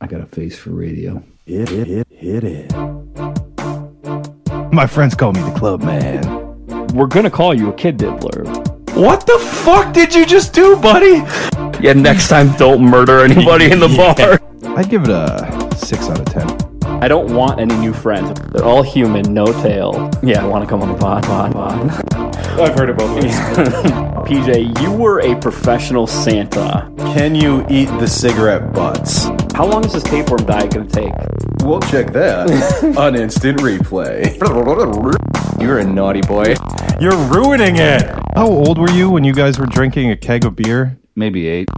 I got a face for radio. Hit it, hit, hit it. My friends call me the club man. We're gonna call you a kid diddler. What the fuck did you just do, buddy? Yeah, next time don't murder anybody in the bar. I'd give it a 6 out of 10. I don't want any new friends. They're all human, no tail. Yeah, I want to come on the pod, pod, pod. I've heard it both ways. PJ, you were a professional Santa. Can you eat the cigarette butts? How long is this tapeworm diet gonna take? We'll check that on instant replay. You're a naughty boy. You're ruining it. How old were you when you guys were drinking a keg of beer? Maybe eight.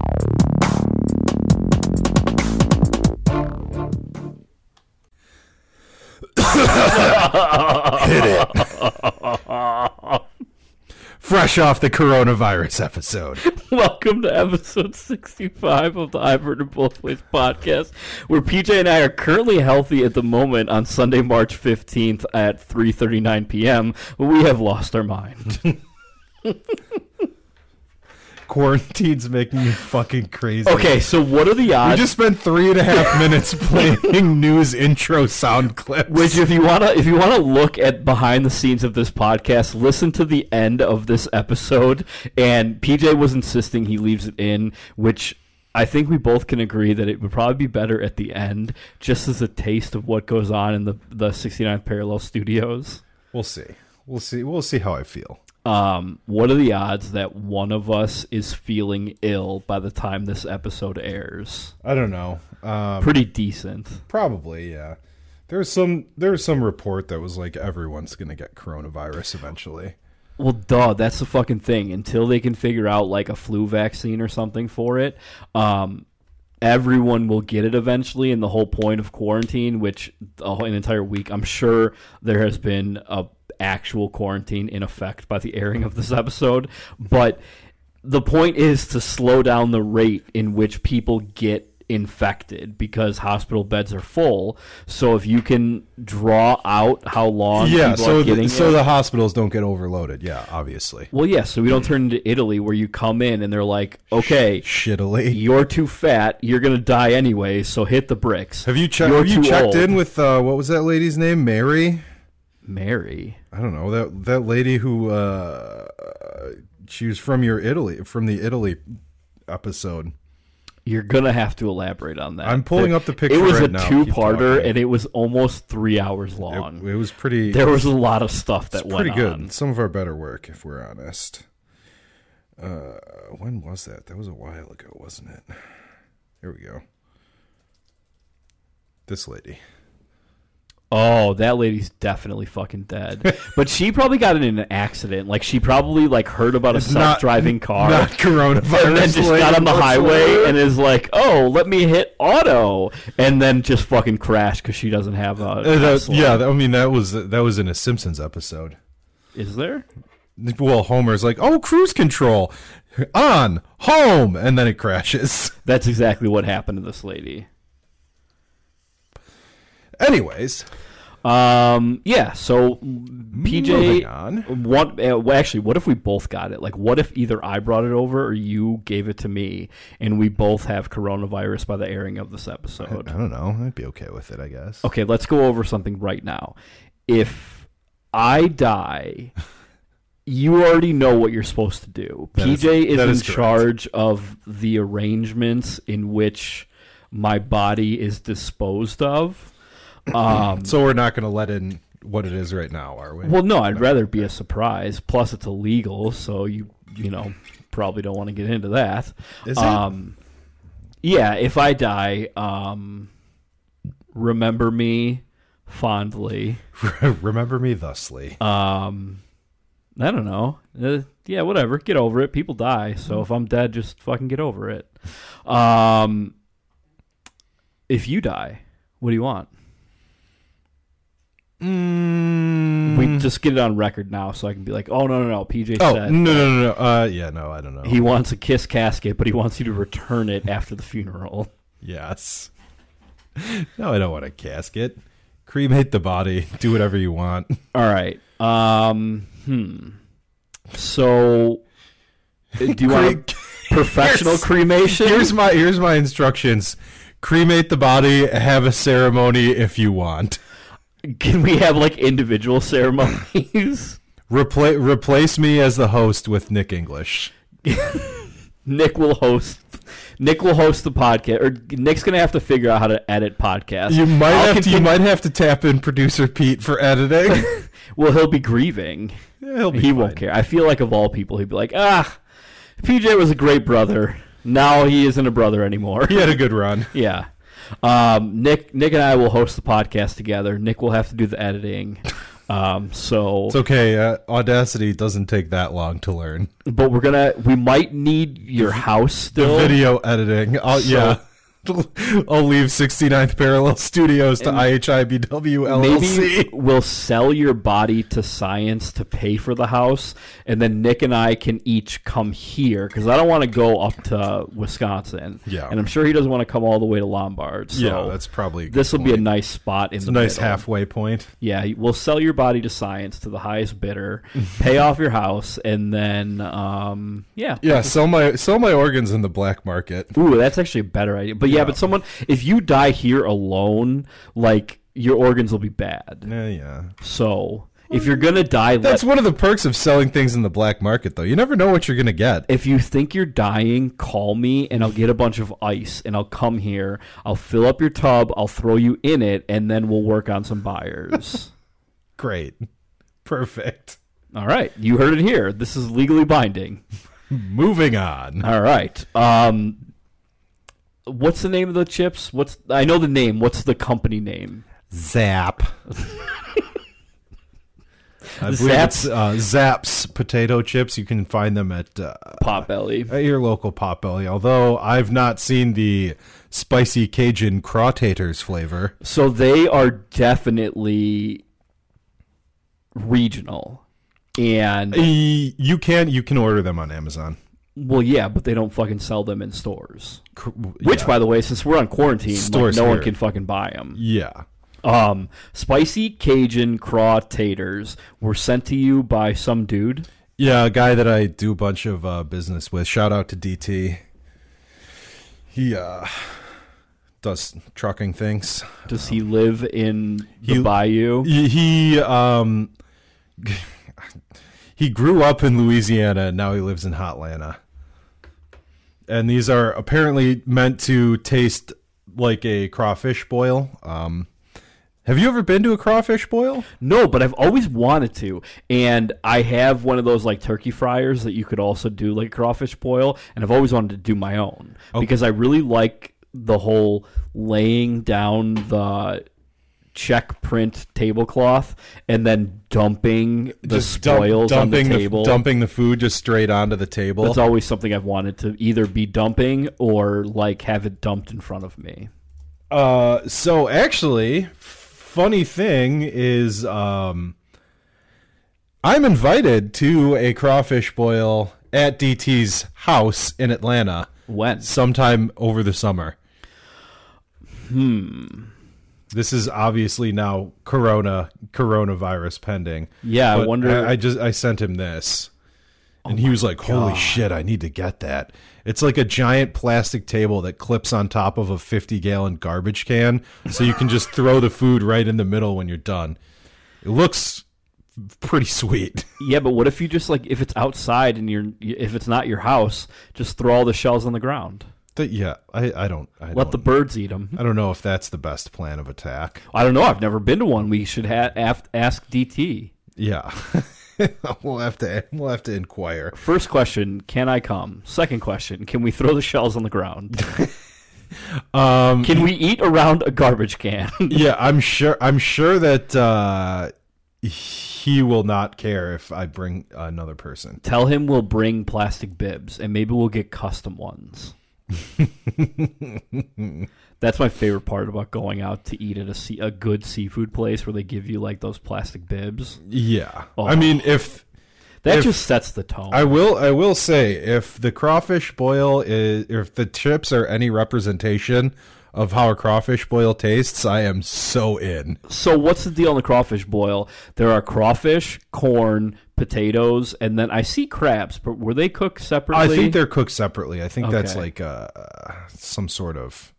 Fresh off the coronavirus episode. Welcome to episode 65 of the I've Heard It Both Ways podcast, where PJ and I are currently healthy at the moment on Sunday, March 15th at 3.39 p.m. We have lost our mind. Quarantine's making me fucking crazy. Okay, so what are the We odds? just spent three and a half minutes playing news intro sound clips. Which, if you wanna, if you wanna look at behind the scenes of this podcast, listen to the end of this episode. And PJ was insisting he leaves it in, which I think we both can agree that it would probably be better at the end, just as a taste of what goes on in the the 69th Parallel Studios. We'll see. We'll see. We'll see how I feel. Um, what are the odds that one of us is feeling ill by the time this episode airs? I don't know. Um, Pretty decent. probably, yeah. There's some there's some report that was like everyone's gonna get coronavirus eventually. Well, duh, that's the fucking thing. Until they can figure out like a flu vaccine or something for it, um, everyone will get it eventually. And the whole point of quarantine, which the whole, an entire week, I'm sure there has been a actual quarantine in effect by the airing of this episode, but the point is to slow down the rate in which people get infected because hospital beds are full. So if you can draw out how long yeah. people So are getting the, so it- the hospitals don't get overloaded. Yeah, obviously. well, yeah, so we don't turn into Italy where you come in and they're like, okay, Shittily. you're too fat. You're going to die anyway, so hit the bricks. Have you checked? You're Have you too checked old. in with uh, what was that lady's name? Mary. Mary. I don't know that that lady who uh, she was from your Italy from the Italy episode. You're going to have to elaborate on that. I'm pulling The- up the picture It was right a now. Keep two-parter, talking. and it was almost three hours It, long. it was pretty. there was a lot of stuff that It's went pretty good. on. Some of our better work, if we're honest. Uh, when was that? That was a while ago, wasn't it? Here we go. This lady. Oh, that lady's definitely fucking dead. but she probably got in an accident. Like she probably like heard about a self-driving car. Not coronavirus. and then just lady. got on the highway and is like, "Oh, let me hit auto," and then just fucking crash because she doesn't have a. Uh, that- Tesla. yeah, that- I mean that was that was in a Simpsons episode. is there? Well, Homer's like, "Oh, cruise control, on home," and then it crashes. That's exactly what happened to this lady. Anyways, Um, yeah. So PJ, Moving on. what? Uh, well, actually, what if we both got it? Like, what if either I brought it over or you gave it to me, and we both have coronavirus by the airing of this episode? I don't know. I'd be okay with it, I guess. Okay, let's go over something right now. If I die, you already know what you're supposed to do. is- PJ is, that is in correct. charge of the arrangements in which my body is disposed of. Um, So we're not going to let in what it is right now, are we? well, no, I'd rather be a surprise. Plus, it's illegal, so you you know probably don't want to get into that. Is it? um, Yeah, if I die, um, remember me fondly. Remember me thusly. Um, I don't know. Uh, yeah, whatever. Get over it. People die, so if I'm dead, just fucking get over it. Um, if you die, what do you want? We just get it on record now, so I can be like, "Oh no, no, no." Mm. PJ oh no said no no no. Uh, yeah no I don't know. he wants a kiss casket, but he wants you to return it after the funeral. yes. No, I don't want a casket. Cremate the body. Do whatever you want. All right. Um. Hmm. So, uh, do you want a Cre- professional cremation? Here's my here's my instructions. cremate the body, have a ceremony if you want. Can we have like individual ceremonies? Repla- replace me as the host with Nick English. Nick will host. Nick will host the podcast, or Nick's gonna have to figure out how to edit podcasts. You might I'll have to, you continue- might have to tap in producer Pete for editing. Well, he'll be grieving. Yeah, he'll be he won't fine. care. I feel like of all people, he'd be like, ah, PJ was a great brother. Now he isn't a brother anymore. He had a good run. Yeah. Um, Nick, Nick and I will host the podcast together. Nick will have to do the editing. Um, so, It's okay. Uh, Audacity doesn't take that long to learn. but we're gonna, we might need your house still. Video editing. I'll, yeah. I'll leave 69th Parallel Studios to IHIBW LLC. Maybe we'll sell your body to science to pay for the house, and then Nick and I can each come here because I don't want to go up to Wisconsin. Yeah. and I'm sure he doesn't want to come all the way to Lombard. So yeah, that's probably a good this will be a point. nice spot in the a nice middle. halfway point. Yeah, we'll sell your body to science to the highest bidder, pay off your house, and then um, yeah. Yeah, sell my sell my organs in the black market. Ooh, that's actually a better idea. But yeah, but someone if you die here alone, like your organs will be bad. Yeah, yeah. So if you're gonna die, That's let, one of the perks of selling things in the black market, though. You never know what you're gonna get. if you think you're dying, call me and I'll get a bunch of ice and I'll come here. I'll fill up your tub. I'll throw you in it, and then we'll work on some buyers. Great, perfect. All right, you heard it here. This is legally binding. Moving on. All right. Um, what's the name of the chips? What's I know the name. What's the company name? Zap. I believe Zaps? it's uh, Zaps potato chips. You can find them at uh, Potbelly. at your local Potbelly. Although I've not seen the spicy Cajun crawtaters flavor. So they are definitely regional, and E- You can you can order them on Amazon. well, yeah, but they don't fucking sell them in stores. Cr- Which, yeah. by the way, since we're on quarantine, like, Stores no one here. can fucking buy them. yeah. Um, spicy Cajun craw taters were sent to you by some dude. Yeah, a guy that I do a bunch of uh, business with. Shout out to DT. He uh, does trucking things. Does he live in the He- bayou? He he, um, he grew up in Louisiana and now he lives in Hotlanta. And these are apparently meant to taste like a crawfish boil. Um, have you ever been to a crawfish boil? No, but I've always wanted to, and I have one of those like turkey fryers that you could also do like crawfish boil, and I've always wanted to do my own Oh. because I really like the whole laying down the check print tablecloth and then dumping the dump- spoils on the table. dumping the food just straight onto the table. That's always something I've wanted to either be dumping or like have it dumped in front of me. Uh, so actually, funny thing is, um, I'm invited to a crawfish boil at DT's house in Atlanta When? sometime over the summer. Hmm. This is obviously now Corona coronavirus pending. Yeah, I But wonder- Oh I, I just I sent him this, and he was like, "Holy shit! I need to get that." It's like a giant plastic table that clips on top of a fifty-gallon garbage can, so you can just throw the food right in the middle when you're done. It looks pretty sweet. Yeah, but what if you just like if it's outside and you're if it's not your house, just throw all the shells on the ground. But yeah, I, I don't. I Let the don't- birds eat them. I don't know if that's the best plan of attack. I don't know. I've never been to one. We should ha- af- ask DT. Yeah. we'll have to we'll have to inquire. First question: Can I come? Second question: Can we throw the shells on the ground? Um Can we eat around a garbage can? yeah, I'm sure I'm sure that uh he will not care if I bring another person. Tell him we'll bring plastic bibs and maybe we'll get custom ones. That's my favorite part about going out to eat at a, sea- a good seafood place where they give you like those plastic bibs. Yeah. Oh. I mean if That If- just sets the tone. I will I will say if the crawfish boil is if the chips are any representation of how a crawfish boil tastes, I am so in. So what's the deal on the crawfish boil? There are crawfish, corn, potatoes, and then I see crabs. But were they cooked separately? I think they're cooked separately. I think that's Okay. like uh, some sort uh, of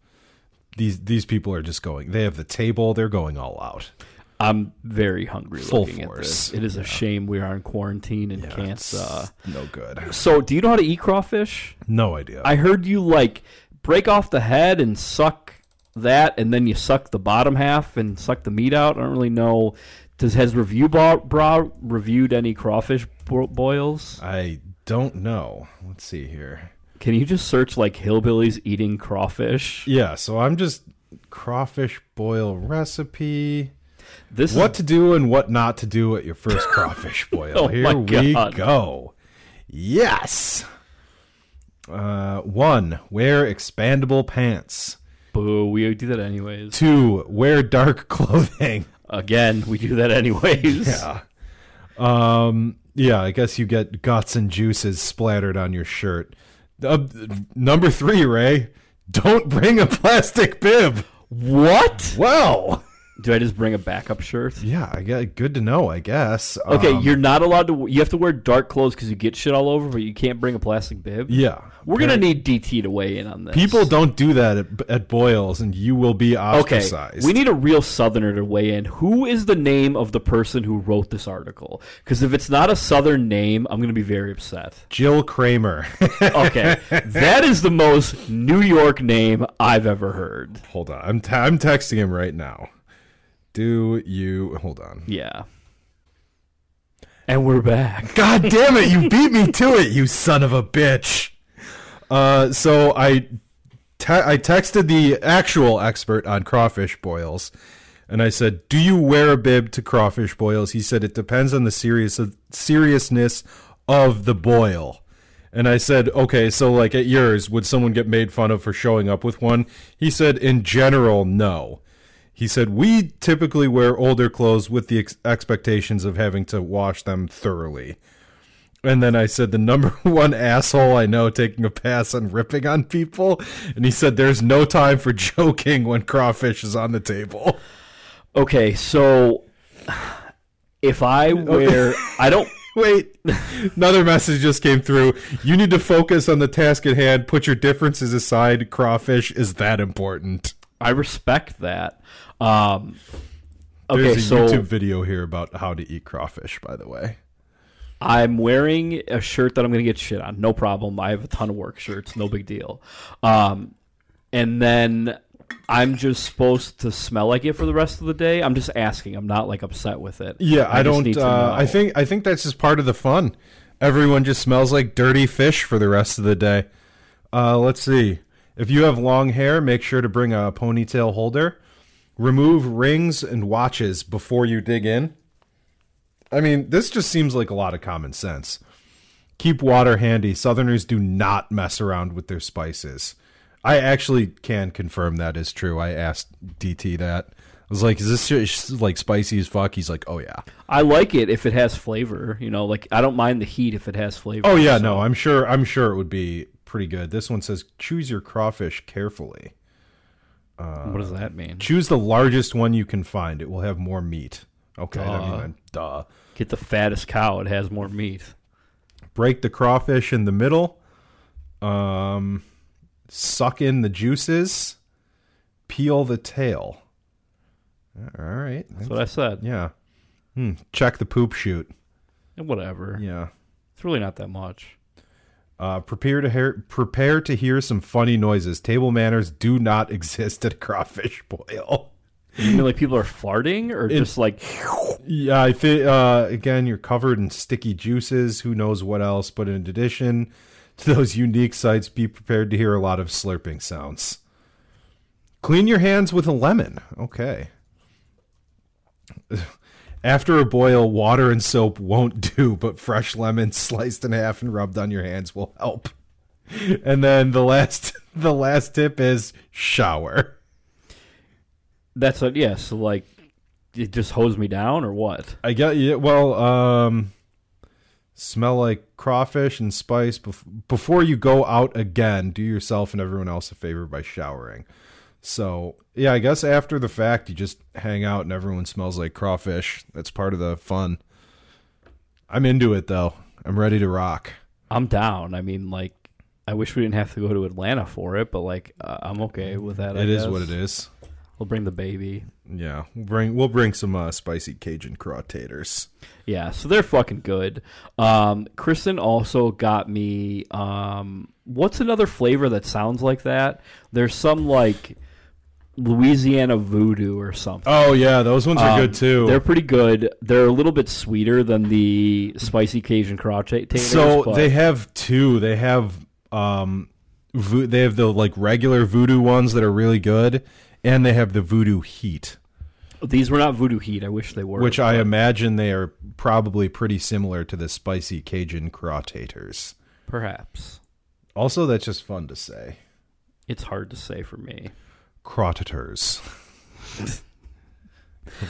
these these people are just going. They have the table. They're going all out. I'm very hungry. Full looking At force. this. It is a shame we are in quarantine and can't. Uh... No good. So, do you know how to eat crawfish? No idea. I heard you like break off the head and suck that, and then you suck the bottom half and suck the meat out. I don't really know. Does has review bra, bra reviewed any crawfish bo- boils? I don't know. Let's see here. Can you just search like hillbillies eating crawfish? Yeah, so I'm just crawfish boil recipe. This What to do and what not to do at your first crawfish boil. Oh Here my we God. go. Yes. Uh, one, wear expandable pants. is boo. We do that anyways. Two, wear dark clothing. Again, we do that anyways. Um, yeah, I guess you get guts and juices splattered on your shirt. Uh, number three, Ray, don't bring a plastic bib. What? Well, Do I just bring a backup shirt? yeah, I get good to know. I guess. Okay, Um, you're not allowed to. You have to wear dark clothes because you get shit all over, but you can't bring a plastic bib. yeah, We're gonna need DT to weigh in on this. People don't do that at, at Boyle's, and you will be okay. ostracized. We need a real Southerner to weigh in. Who is the name of the person who wrote this article? Because if it's not a Southern name, I'm gonna be very upset. Jill Kramer. Okay, that is the most New York name I've ever heard. hold on, I'm t- I'm texting him right now. Do you hold on? Yeah. And we're back. God damn it! You beat me to it, you son of a bitch. Uh, so I te- I texted the actual expert on crawfish boils, and I said, "Do you wear a bib to crawfish boils?" He said, "It depends on the serious seriousness of the boil." And I said, "Okay, so like at yours, would someone get made fun of for showing up with one?" He said, "In general, no." He said, We typically wear older clothes with the ex- expectations of having to wash them thoroughly. And then I said, The number one asshole I know taking a pass and ripping on people. And he said, There's no time for joking when crawfish is on the table. Okay, so if I wear, I don't. Wait, another message just came through. You need to focus on the task at hand, put your differences aside. Crawfish is that important. I respect that. Um, okay, There's a so YouTube video here about how to eat crawfish, by the way. I'm wearing a shirt that I'm going to get shit on. No problem. I have a ton of work shirts. No big deal. Um, and then I'm just supposed to smell like it for the rest of the day. I'm just asking. I'm not like upset with it. Yeah, I, just don't. need Uh, to know. I think I think that's just part of the fun. Everyone just smells like dirty fish for the rest of the day. Uh, let's see. If you have long hair, make sure to bring a ponytail holder. Remove rings and watches before you dig in. I mean, this just seems like a lot of common sense. Keep water handy. Southerners do not mess around with their spices. I actually can confirm that is true. I asked DT that. I was like, "Is this shit, like spicy as fuck?" He's like, "Oh yeah." I like it if it has flavor. You know, like I don't mind the heat if it has flavor. Oh yeah, no, I'm sure. I'm sure it would be pretty good. This one says, "Choose your crawfish carefully. what does that mean? Choose the largest one you can find. It will have more meat." Okay, I mean, I'm- duh. Get the fattest cow. It has more meat. Break the crawfish in the middle. Um, suck in the juices. Peel the tail. All right. That's what I said. Yeah. Hmm. Check the poop chute. And Whatever. Yeah. It's really not that much. Uh, prepare to hear prepare to hear some funny noises. Table manners do not exist at a crawfish boil. You mean like people are farting or just like Yeah, I thi- uh, again, you're covered in sticky juices. Who knows what else? But in addition to those unique sights, be prepared to hear a lot of slurping sounds. Clean your hands with a lemon. Okay. After a boil, water and soap won't do, but fresh lemon sliced in half and rubbed on your hands will help. And then the last the last tip is shower. That's what, yeah. So like, it just hose me down or what? I get yeah. Well, um, smell like crawfish and spice bef- before you go out again. Do yourself and everyone else a favor by showering. So yeah, I guess after the fact, you just hang out and everyone smells like crawfish. That's part of the fun. I'm into it though. I'm ready to rock. I'm down. I mean, like, I wish we didn't have to go to Atlanta for it, but like uh, I'm okay with that. It is what it is. We'll bring the baby. Yeah, We'll bring we'll bring some uh, spicy Cajun crautators. Yeah, so they're fucking good. Um, Kristen also got me. Um, what's another flavor that sounds like that? There's some like Louisiana voodoo or something. Oh yeah, those ones are Um, good too. They're pretty good. They're a little bit sweeter than the spicy Cajun crotchet. so they have two. They have um, vo- they have the like regular voodoo ones that are really good, and they have the voodoo heat, these were not voodoo heat. I wish they were. which I imagine they are probably pretty similar to the spicy Cajun crautators. perhaps Also, that's just fun to say. it's hard to say for me. Crautators.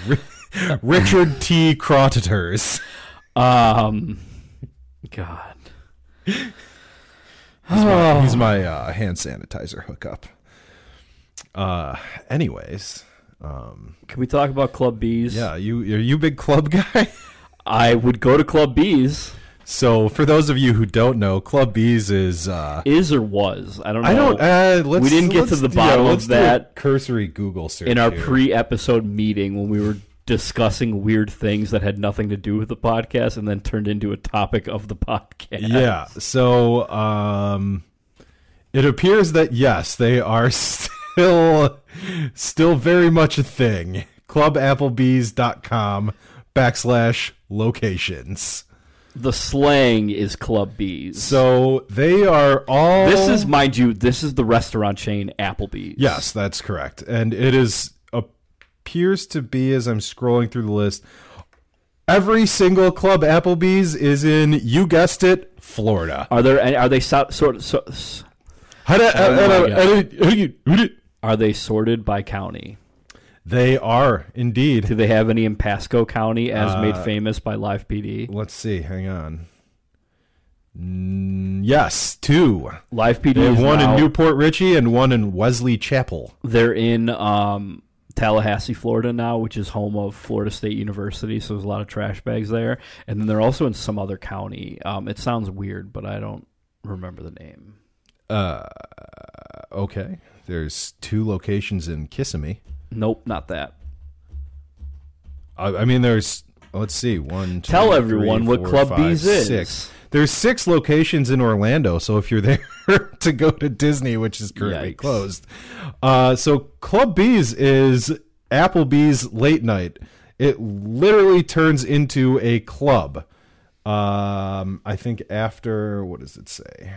Ri- Richard T. Crautators. Um, God, He's my uh, hand sanitizer hookup. Uh, anyways, can we talk about Club B's? yeah, you are you a big club guy? I would go to Club B's. So, for those of you who don't know, Club Bees is. Uh, Is or was? I don't. know. I don't. Uh, let's, We didn't get let's- to the bottom let's of do a that cursory Google search in our here. pre-episode meeting when we were discussing weird things that had nothing to do with the podcast and then turned into a topic of the podcast. Yeah. So, um, it appears that yes, they are still, still very much a thing. Clubapplebees.com backslash locations. The slang is Club B's. So they are all. this is, mind you, this is the restaurant chain Applebee's. Yes, that's correct. And it is appears to be as I'm scrolling through the list, every single club Applebee's is in you guessed it, Florida. Are there? Are they so, sort of? So, s- Oh, uh, are they sorted by county? They are Do indeed. they have any in Pasco County, as made Uh, famous by Live PD? Let's see. Hang on. Mm, Yes, two. Live PD They is have one now, in Newport Richie and one in Wesley Chapel. They're in um, Tallahassee, Florida now, which is home of Florida State University. So there's a lot of trash bags there, and then they're also in some other county. Um, it sounds weird, but I don't remember the name. Okay. There's two locations in Kissimmee. Nope, not that. I, I mean, there's. Let's see. One. two, Tell three, everyone what four, Club five, Bees is. Six. There's six locations in Orlando. So if you're there to go to Disney, which is currently Yikes. closed, uh, so Club Bees is Applebee's late night. It literally turns into a club. Um, I think after what does it say?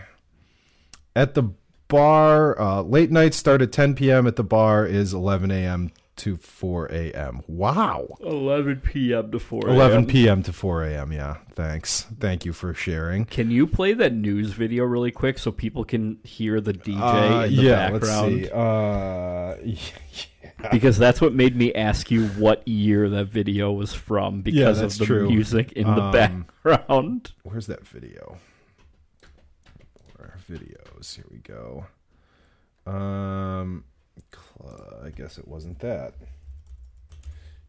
At the bar, uh, late nights start at 10 p.m. At the bar is 11 a.m. to 4 a.m. Wow. 11 p.m. to 4. 11 p.m. to 4 a.m. Yeah, thanks. Thank you for sharing. Can you play that news video really quick so people can hear the DJ Uh, E in the yeah, background? let's see. Uh, Because that's what made me ask you what year that video was from because that's of the true. Um, music in the background. where's that video? Or videos. Here we go. Um, cl- I guess it wasn't that.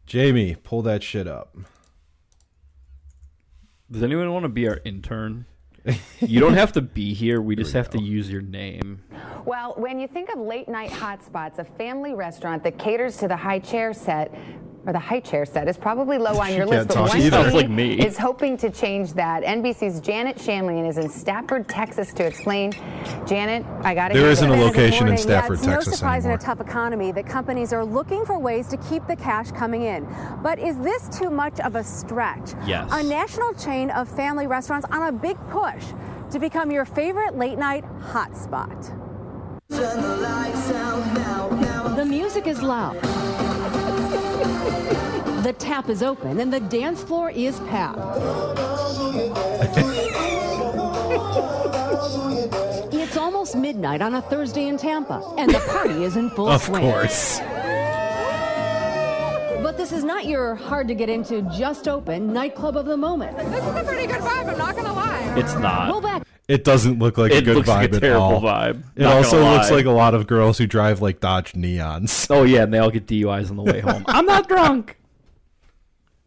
Jamie, pull that shit up. Does anyone want to be our intern? You don't have to be here. We just have to use your name. Well, when you think of late night hotspots, a family restaurant that caters to the high chair set or the high chair set is probably low on your She can't list, but talk one either. Sounds city like me. is hoping to change that. NBC's Janet Shamlian is in Stafford, Texas to explain. Janet, I got to There hear isn't this. a location in Morning, yeah, Stafford, it's Texas No surprise anymore. in a tough economy that companies are looking for ways to keep the cash coming in. But is this too much of a stretch? Yes. A national chain of family restaurants on a big push to become your favorite late night hotspot. The music is loud. the tap is open and the dance floor is packed. it's almost midnight on a Thursday in Tampa, and the party is in full Of swing. course. But this is not your hard to get into, just open nightclub of the moment. This is a pretty good vibe, I'm not going to lie. It's not. Roll back It doesn't look like a it good looks vibe like a at terrible all. vibe. It Not also gonna looks lie. like a lot of girls who drive like Dodge Neons. Oh yeah, and they all get DUIs on the way home. I'm not drunk.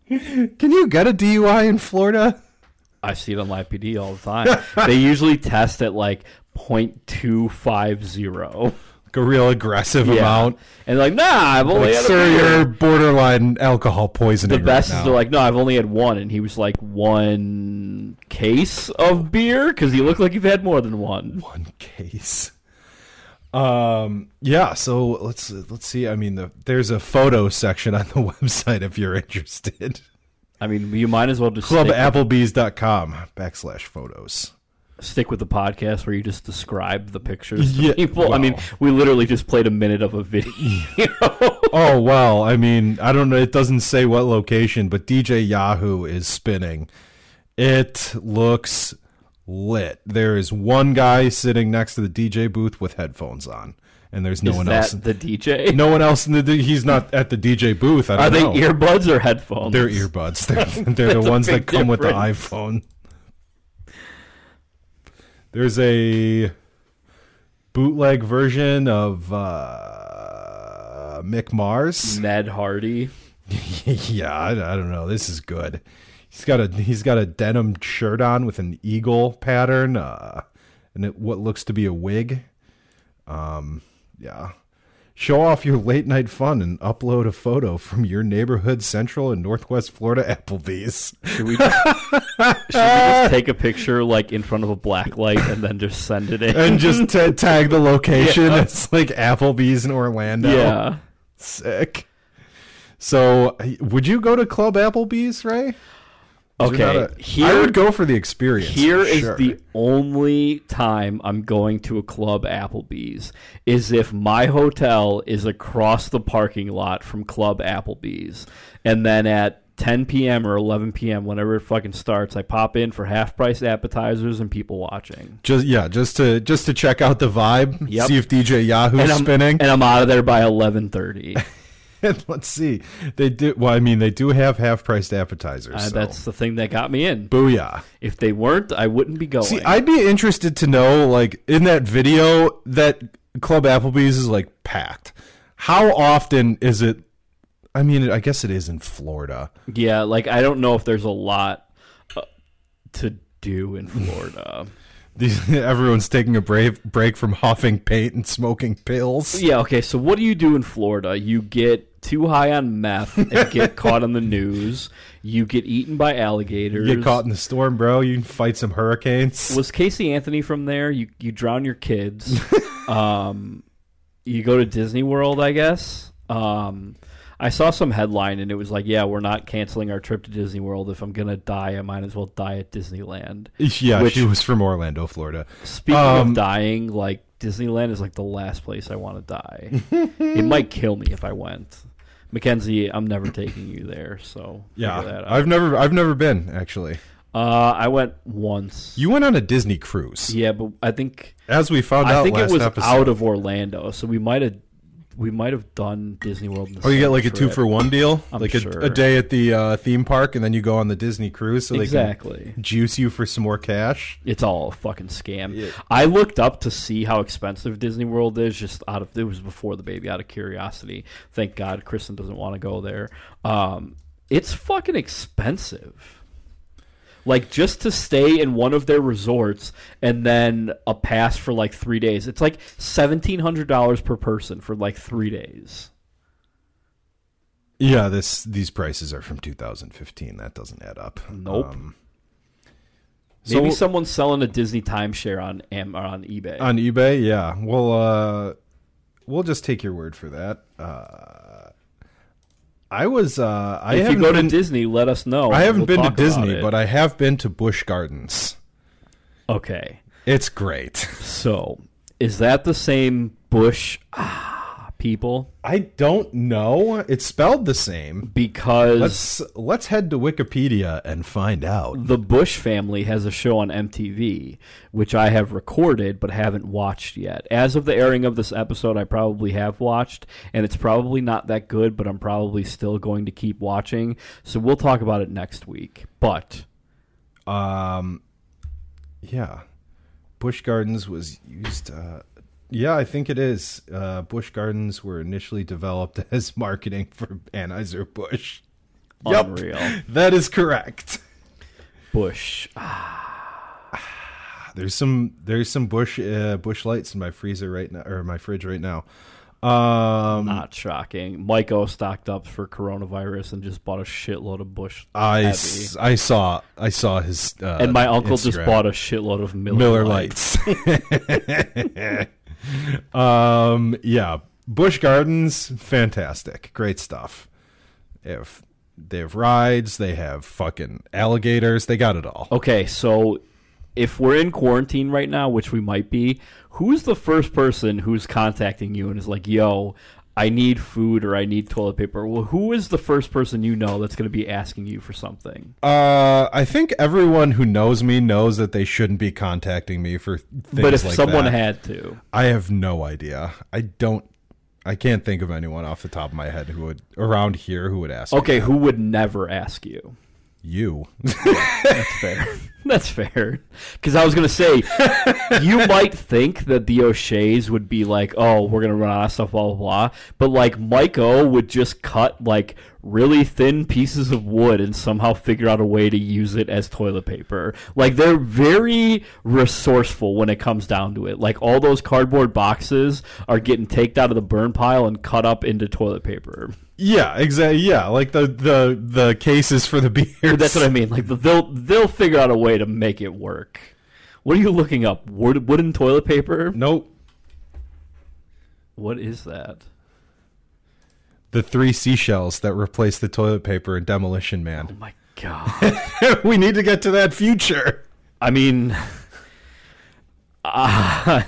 Can you get a DUI in Florida? I see it on live PD all the time. they usually test at like 0.250. Like a real aggressive amount. And like, nah, I've only Like, had a sir, beer." you're borderline alcohol poisoning. the best right is now. they're like, no, I've only had one, and he was like one case of beer because he looked like you've had more than one. one case. Um. Yeah. So let's let's see. I mean, the, there's a photo section on the website if you're interested. I mean, you might as well just stick, Clubapplebees.com backslash photos. stick with the podcast where you just describe the pictures. to Yeah, people. I mean, well. we literally just played a minute of a video. Oh well. I mean, I don't know. It doesn't say what location, but DJ Yahoo is spinning. It looks lit. There is one guy sitting next to the DJ booth with headphones on, and there's no Is one that else. the DJ? no one else in the. He's not at the DJ booth. I don't Are they know. earbuds or headphones? They're earbuds. They're, they're the ones that big come with the difference. iPhone. There's a bootleg version of uh, Mick Mars. Ned Hardy. yeah, I, I don't know. This is good. He's got a he's got a denim shirt on with an eagle pattern uh, and it, what looks to be a wig. Um, yeah. Show off your late night fun and upload a photo from your neighborhood Central and Northwest Florida Applebee's. Should we, just, should we just take a picture like in front of a black light and then just send it in? and just ta tag the location. It's like Applebee's in Orlando. yeah. Sick. So, would you go to Club Applebee's, Ray? Is it Okay. not a- I here- would go for the experience. Here for is sure. the only time I'm going to a club Applebee's is if my hotel is across the parking lot from Club Applebee's, and then at 10 p.m. or 11 p.m. whenever it fucking starts, I pop in for half price appetizers and people watching. just yeah, just to just to check out the vibe, Yep. see if DJ And Yahoo's I'm, spinning. and I'm out of there by 11:30. And let's see. They do well, I mean, they do have half-priced appetizers. Uh, so. That's the thing that got me in. booyah. If they weren't, I wouldn't be going. See, I'd be interested to know, like in that video, that Club Applebee's is like packed. How often is it? I mean, I guess it is in Florida. yeah, like I don't know if there's a lot uh, to do in Florida. These, everyone's taking a brave break from huffing paint and smoking pills. Yeah, okay. So what do you do in Florida? You get too high on meth and get caught on the news. You get eaten by alligators. You get caught in the storm, bro. You can fight some hurricanes. Was Casey Anthony from there? You you drown your kids. um, you go to Disney World, I guess. Um, I saw some headline and it was like, "Yeah, we're not canceling our trip to Disney World. If I'm gonna die, I might as well die at Disneyland." Yeah, Which- she was from Orlando, Florida. Speaking Um, of dying, like Disneyland is like the last place I want to die. it might kill me if I went. Mackenzie, I'm never taking you there. So figure Yeah, that out. I've never, I've never been actually. uh, I went once. You went on a Disney cruise, yeah, but I think as we found I out think it last was episode. out of Orlando, so we might have we might have done Disney World. in the Oh, you get same like a two trip. for one deal, I'm like a, sure. a day at the uh, theme park, and then you go on the Disney cruise, so they Exactly. can juice you for some more cash. It's all a fucking scam. I looked up to see how expensive Disney World is. Just out of it was before the baby, out of curiosity. Thank God, Kristen doesn't want to go there. Um, it's fucking expensive. Like just to stay in one of their resorts and then a pass for like three days. It's like seventeen hundred dollars per person for like three days. Yeah, this these prices are from 2015. That doesn't add up. Nope. Um, Maybe so- someone's selling a Disney timeshare on Am- or on eBay. Uh, on eBay, yeah, we'll uh, we'll just take your word for that. Uh, I was uh, I if you haven't go been- to Disney, let us know. I haven't We'll been to talk about Disney, it. but I have been to Busch Gardens. okay. It's great. So, is that the same Bush ah, people? I don't know. It's spelled the same. Because Let's let's head to Wikipedia and find out. the Bush family has a show on MTV, which I have recorded but haven't watched yet. As of the airing of this episode, I probably have watched, and it's probably not that good, but I'm probably still going to keep watching. So, we'll talk about it next week. But Um, yeah, Bush Gardens was used. Uh, yeah, I think it is. Uh, Bush Gardens were initially developed as marketing for Anheuser Busch. unreal. That is correct. Bush. Ah. There's some there's some bush uh, bush lights in my freezer right now or my fridge right now. Um, Not shocking. Mike O stocked up for coronavirus and just bought a shitload of Bush. I, s- I saw I saw his uh, and my uncle just Instagram. bought a shitload of Miller, Miller Lite. Lights. um, yeah, Bush Gardens, fantastic, great stuff. If they have rides, they have fucking alligators. They got it all. Okay, so if we're in quarantine right now, which we might be, who's the first person who's contacting you and is like, "Yo, I need food or I need toilet paper"? Well, who is the first person you know that's going to be asking you for something? Uh, I think everyone who knows me knows that they shouldn't be contacting me for things but if like someone that. had to, I have no idea. I don't. I can't think of anyone off the top of my head who would around here who would ask. me okay, that. who would never ask you? you? That's fair. Because I was going to say, you might think that the O'Shea's would be like, oh, we're going to run out of stuff, blah, blah, blah. But, like, Mike O would just cut, like, really thin pieces of wood and somehow figure out a way to use it as toilet paper. Like, they're very resourceful when it comes down to it. Like, all those cardboard boxes are getting taked out of the burn pile and cut up into toilet paper. yeah, exactly. Yeah, like the the the cases for the beers. That's what I mean. Like they'll they'll figure out a way to make it work. What are you looking up? Wood, wooden toilet paper? Nope. What is that? The three seashells that replaced the toilet paper in Demolition Man. My God. we need to get to that future. I mean, ah,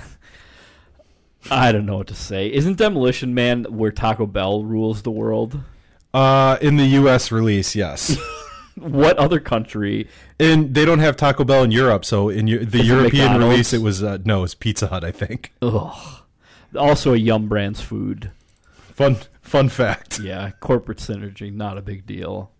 I don't know what to say. Isn't Demolition Man where Taco Bell rules the world? Uh, in the U.S. release, yes. What other country? And they don't have Taco Bell in Europe, so in Eu- the it European McDonald's? release, it was uh, no, it's Pizza Hut, I think. Ugh. Also, a Yum Brands food. Fun fun fact. Yeah, corporate synergy, not a big deal.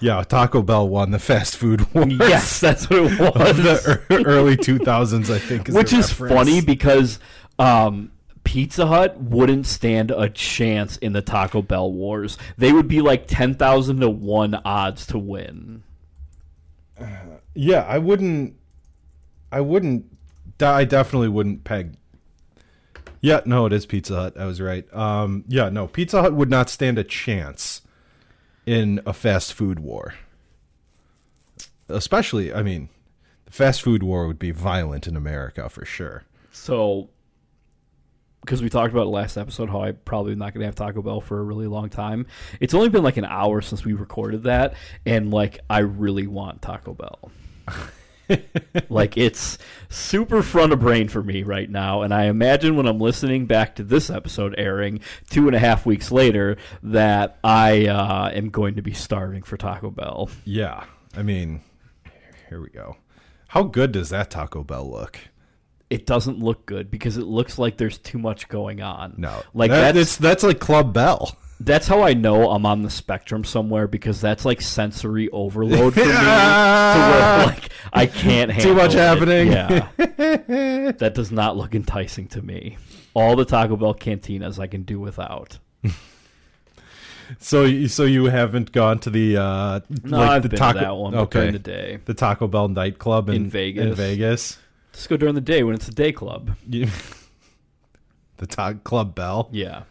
Yeah, Taco Bell won the fast food war. Yes, that's what it was. of the ear- early 2000s, I think. Is which the is reference. funny because um, Pizza Hut wouldn't stand a chance in the Taco Bell wars. They would be like ten thousand to one odds to win. Yeah, I wouldn't. I wouldn't. I definitely wouldn't peg. Yeah, no, it is Pizza Hut. I was right. Um, yeah, no, Pizza Hut would not stand a chance in a fast food war. Especially, I mean, the fast food war would be violent in America for sure. So, because we talked about last episode how I probably am not going to have Taco Bell for a really long time. It's only been like an hour since we recorded that, and like I really want Taco Bell. like it's super front of brain for me right now, and I imagine when I'm listening back to this episode airing two and a half weeks later that I uh, am going to be starving for Taco Bell. Yeah, I mean, here we go. How good does that Taco Bell look? It doesn't look good because it looks like there's too much going on. No, like that, that's it's that's like Club Bell. That's how I know I'm on the spectrum somewhere because that's like sensory overload for me. to where, like I can't handle much it. happening. Yeah, that does not look enticing to me. All the Taco Bell cantinas I can do without. So, you- so you haven't gone to the uh, No, like I've the been taco to that one but okay. during the day. the Taco Bell nightclub in, In Vegas. In Vegas, Just go during the day when it's a day club. You- the ta- Club Bell. Yeah.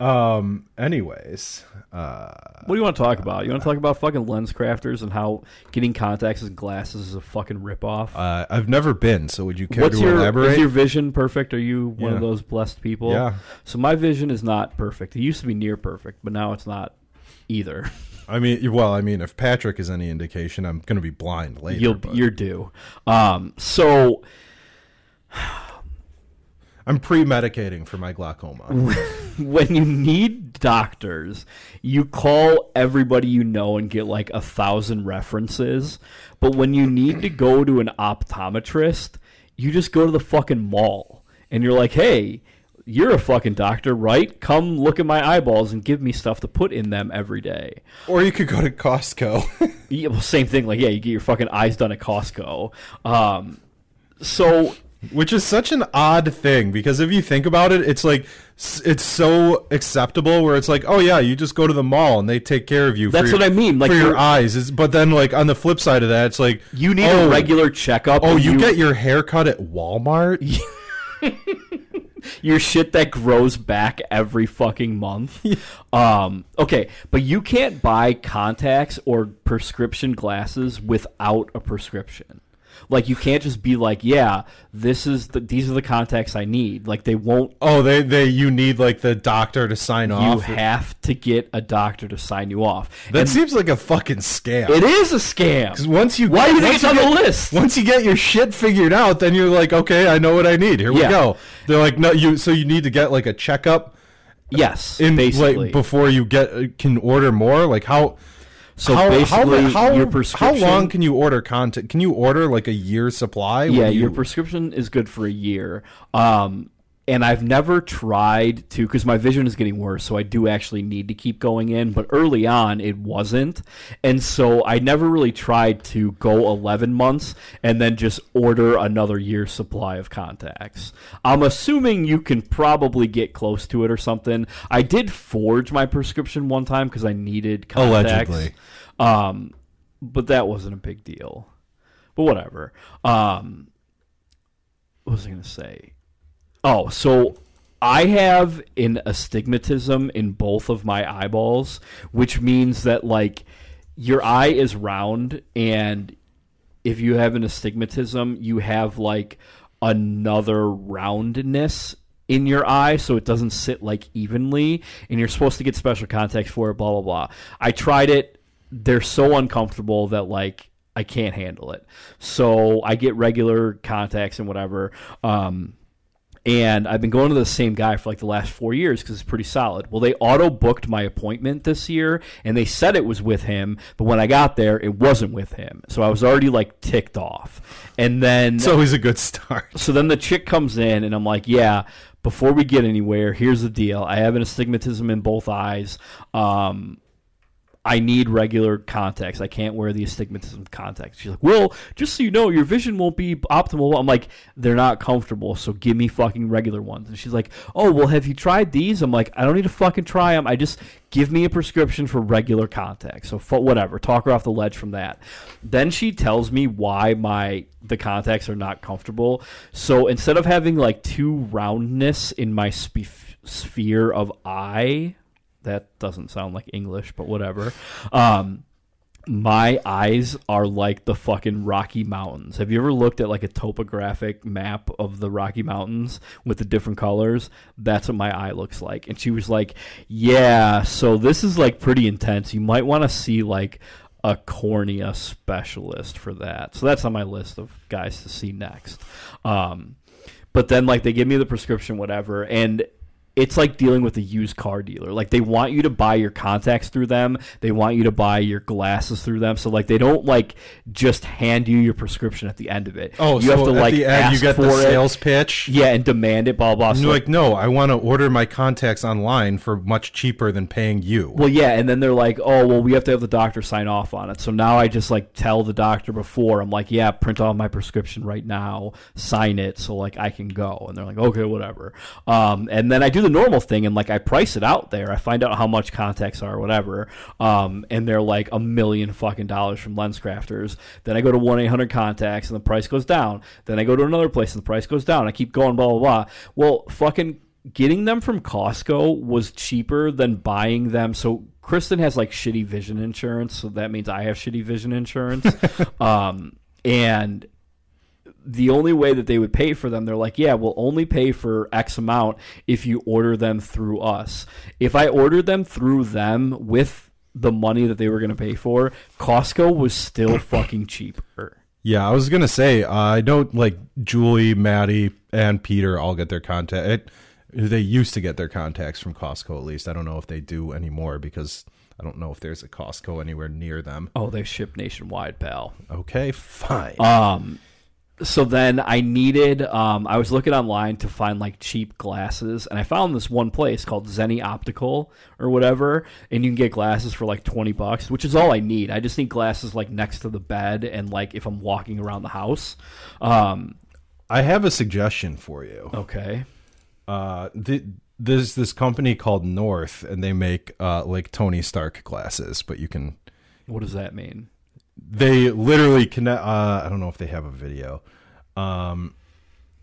Um. Anyways, What do you want to talk about? You want to talk about fucking lens crafters and how getting contacts and glasses is a fucking ripoff? uh, I've never been. So, would you care What's to your elaborate? is your vision perfect? Are you one of Yeah. those blessed people? Yeah. So my vision is not perfect. It used to be near perfect, but now it's not either. I mean, well, I mean, if Patrick is any indication, I'm going to be blind later. You'll but you're due. Um, so I'm pre-medicating for my glaucoma. when you need doctors, you call everybody you know and get like a thousand references. But when you need to go to an optometrist, you just go to the fucking mall and you're like, hey, you're a fucking doctor, right? Come look at my eyeballs and give me stuff to put in them every day. or you could go to Costco. Yeah, well, same thing. Like, yeah, you get your fucking eyes done at Costco. Um, so Which is such an odd thing because if you think about it, it's like s- it's so acceptable where it's like, oh yeah, you just go to the mall and they take care of you. for That's your- what I mean, like, for your you're- eyes, it's, but then like on the flip side of that, it's like You need oh, a regular checkup. Oh, and you, get your hair cut at Walmart? your shit that grows back every fucking month. Um, okay, but you can't buy contacts or prescription glasses without a prescription. Like you can't just be like, yeah, this is the these are the contacts I need. Like they won't. Oh, they they you need like the doctor to sign You off. have to get a doctor to sign you off. that seems like a fucking scam. It is a scam. once you Why do you think once it's on get- the list? Once you get your shit figured out, then you're like, okay, I know what I need. Here we Yeah. go. They're like, no, you. So you need to get like a checkup Yes, in basically. like before you get uh, can order more. Like how. so how, basically, how, how, your how prescription. long can you order content? Can you order like a year supply? Yeah, when you, your prescription is good for a year. Um, and I've never tried to because my vision is getting worse, so I do actually need to keep going in. But early on, it wasn't, and so I never really tried to go eleven months and then just order another year's supply of contacts. I'm assuming you can probably get close to it or something. I did forge my prescription one time because I needed contacts. Allegedly. Um, but that wasn't a big deal. But whatever. Um, what was I going to say? Oh, so I have an astigmatism in both of my eyeballs, which means that like your eye is round and if you have an astigmatism, you have like another roundness in your eye so it doesn't sit like evenly and you're supposed to get special contacts for it blah blah blah. I tried it. They're so uncomfortable that like I can't handle it. So I get regular contacts and whatever. Um and I've been going to the same guy for like the last four years because it's pretty solid. Well, they auto booked my appointment this year, and they said it was with him, but when I got there, it wasn't with him. So I was already like ticked off. And then it's always a good start. so then the chick comes in, and I'm like, yeah. Before we get anywhere, here's the deal. I have an astigmatism in both eyes. Um, I need regular contacts. I can't wear the astigmatism contacts. She's like, well, just so you know, your vision won't be optimal. I'm like, they're not comfortable, so give me fucking regular ones. And she's like, oh, well, have you tried these? I'm like, I don't need to fucking try them. I just give me a prescription for regular contacts. So fu- whatever, talk her off the ledge from that. Then she tells me why my the contacts are not comfortable. So instead of having like two roundness in my spe- sphere of eye that doesn't sound like English, but whatever. Um, my eyes are like the fucking Rocky Mountains. Have you ever looked at like a topographic map of the Rocky Mountains with the different colors? That's what my eye looks like. And she was like, "Yeah, so this is like pretty intense. You might want to see like a cornea specialist for that." So that's on my list of guys to see next. Um, but then like they give me the prescription whatever and it's like dealing with a used car dealer like they want you to buy your contacts through them they want you to buy your glasses through them so like they don't like just hand you your prescription at the end of it Oh, you so have to at like the end, you ask get for the it. sales pitch. yeah and demand it blah blah And so you're like, no, I want to order my contacts online for much cheaper than paying you. Well, yeah, and then they're like, "Oh, well, we have to have the doctor sign off on it." So now I just like tell the doctor before I'm like, "Yeah, print off my prescription right now, sign it, so like I can go." And they're like, "Okay, whatever." Um, and then I do the normal thing and like I price it out there. I find out how much contacts are, whatever. Um, and they're like a million fucking dollars from lens crafters. Then I go to one eight hundred contacts and the price goes down. Then I go to another place and the price goes down. I keep going, blah blah blah. Well, fucking getting them from Costco was cheaper than buying them. So Kristen has like shitty vision insurance, so that means I have shitty vision insurance. um, and the only way that they would pay for them, they're like, yeah, we'll only pay for X amount if you order them through us. If I ordered them through them with the money that they were going to pay for, Costco was still fucking cheaper. yeah, I was gonna say, uh, I know like Julie, Maddie, and Peter all get their contact. It, they used to get their contacts from Costco, at least. I don't know if they do anymore because I don't know if there's a Costco anywhere near them. Oh, they ship nationwide, pal. Okay, fine. so then I needed. Um, I was looking online to find like cheap glasses, and I found this one place called Zenny Optical or whatever, and you can get glasses for like twenty bucks, which is all I need. I just need glasses like next to the bed and like if I'm walking around the house. Um, I have a suggestion for you. Okay. Uh, th- there's this company called North, and they make uh, like Tony Stark glasses, but you can What does that mean? they literally connect. Uh, I don't know if they have a video. Um,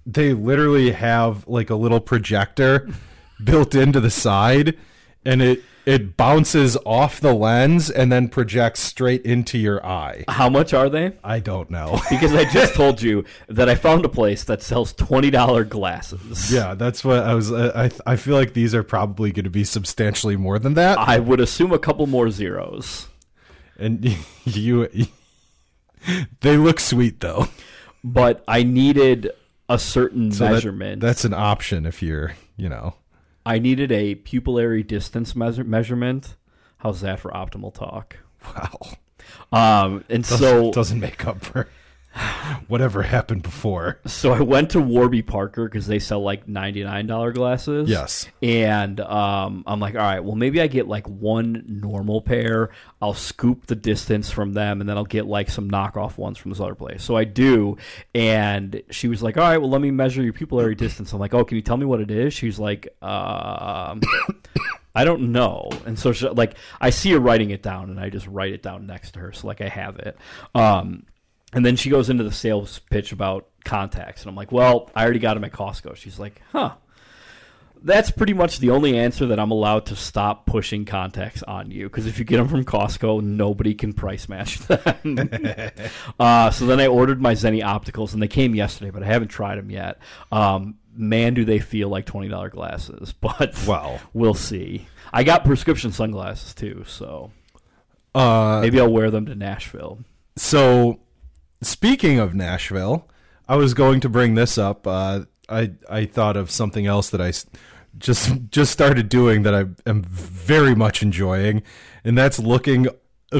they literally have like a little projector built into the side, and it it bounces off the lens and then projects straight into your eye. How much are they? I don't know. Because I just told you that I found a place that sells $20 glasses. yeah, that's what I was. uh, I I- I feel like these are probably going to be substantially more than that. I would assume a couple more zeros. and you, they look sweet though. But I needed a certain So that- measurement. that's an option if you're, you know. I needed a pupillary distance measure- measurement. How's that for optimal talk? Wow. Um, and so doesn't make up for whatever happened before. so I went to Warby Parker because they sell like ninety nine dollar glasses. Yes. and um, I'm like, all right, well maybe I get like one normal pair. I'll scoop the distance from them, and then I'll get like some knockoff ones from this other place. So I do, and she was like, all right, well let me measure your pupillary distance. I'm like, oh, can you tell me what it is? She's like, um. I don't know. And so, she, like, I see her writing it down, and I just write it down next to her. So, like, I have it. Um, and then she goes into the sales pitch about contacts. And I'm like, well, I already got them at Costco. She's like, huh. That's pretty much the only answer that I'm allowed to stop pushing contacts on you. Because if you get them from Costco, nobody can price match them. uh, so then I ordered my Zenny Opticals, and they came yesterday, but I haven't tried them yet. Um, man, do they feel like $20 glasses. But Wow. we'll see. I got prescription sunglasses too, so Uh, maybe I'll wear them to Nashville. so, speaking of Nashville, I was going to bring this up. Uh, I I thought of something else that I s- just just started doing that I am very much enjoying, and that's looking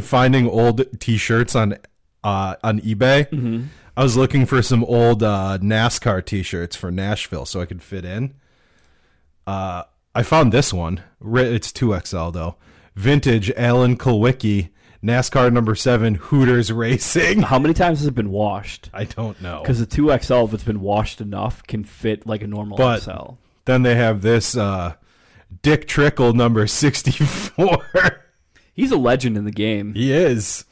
finding old T-shirts on uh, on eBay. I was looking for some old uh, NASCAR T-shirts for Nashville so I could fit in. Uh, I found this one. Re- It's 2XL, though. Vintage Alan Kulwicki, NASCAR number seven, Hooters Racing. How many times has it been washed? I don't know. Because the two XL, if it's been washed enough, can fit like a normal But- XL. Then they have this uh, Dick Trickle number 64. He's a legend in the game. he is.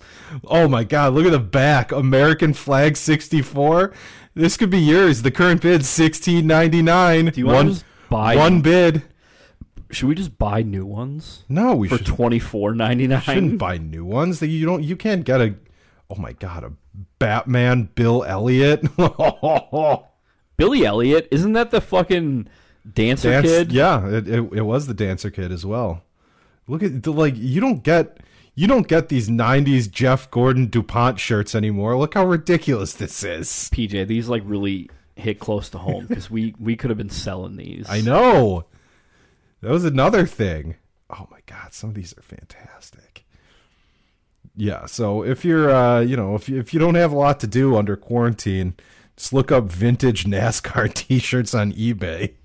Oh my God, look at the back. American flag 64. This could be yours. The current bid sixteen ninety nine. you wanna just buy- one bid? Should we just buy new ones No, we for should twenty four ninety shouldn't nine? buy new ones. That you don't. You can't get a. Oh my god, a Batman Bill Elliott. Oh, Billy Elliot, isn't that the fucking dancer Dance- kid? Yeah, it, it it was the dancer kid as well. Look at the, like you don't get you don't get these '90s Jeff Gordon Dupont shirts anymore. Look how ridiculous this is. PJ, these like really hit close to home because we we could have been selling these. I know. That was another thing. Oh my god, some of these are fantastic. Yeah, so if you're uh, you know, if you, if you don't have a lot to do under quarantine, just look up vintage NASCAR t-shirts on eBay.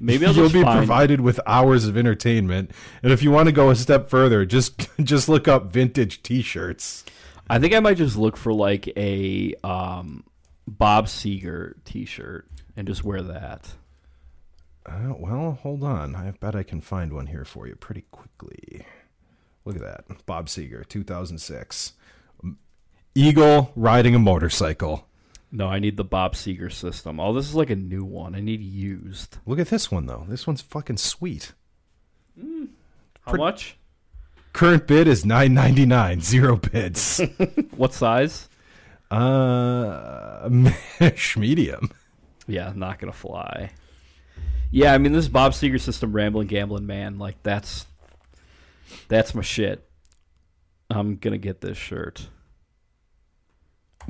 Maybe I'll You'll just be find- provided with hours of entertainment. And if you want to go a step further, just just look up vintage t-shirts. I think I might just look for like a um, Bob Seger T-shirt and just wear that. Uh, well, hold on. I bet I can find one here for you pretty quickly. Look at that. Bob Seger, 2006. Um, Eagle riding a motorcycle. No, I need the Bob Seger system. Oh, this is like a new one. I need used. Look at this one, though. This one's fucking sweet. How much? Current bid is nine ninety nine. Zero bids. What size? uh, mesh medium. Yeah, not gonna fly. Yeah, I mean this Bob Seger system, rambling, gambling man. Like that's that's my shit. I'm gonna get this shirt.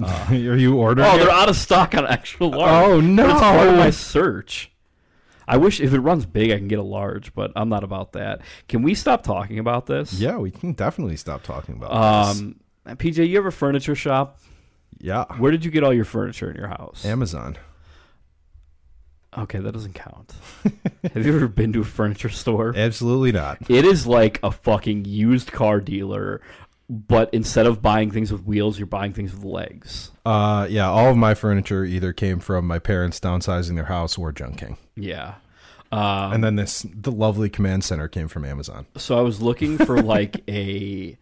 Are you ordering? Oh, it? they're out of stock on actual large. Oh, no. But it's part of my search. I wish if it runs big, I can get a large, but I'm not about that. Can we stop talking about this? yeah, we can definitely stop talking about this. Um, PJ, you have a furniture shop. Yeah, Where did you get all your furniture in your house? Amazon. okay, that doesn't count. have you ever been to a furniture store? Absolutely not. It is like a fucking used car dealer but instead of buying things with wheels, you're buying things with legs. Uh, yeah, all of my furniture either came from my parents downsizing their house or junking, Yeah. Uh, and then this the lovely command center came from Amazon. so I was looking for like a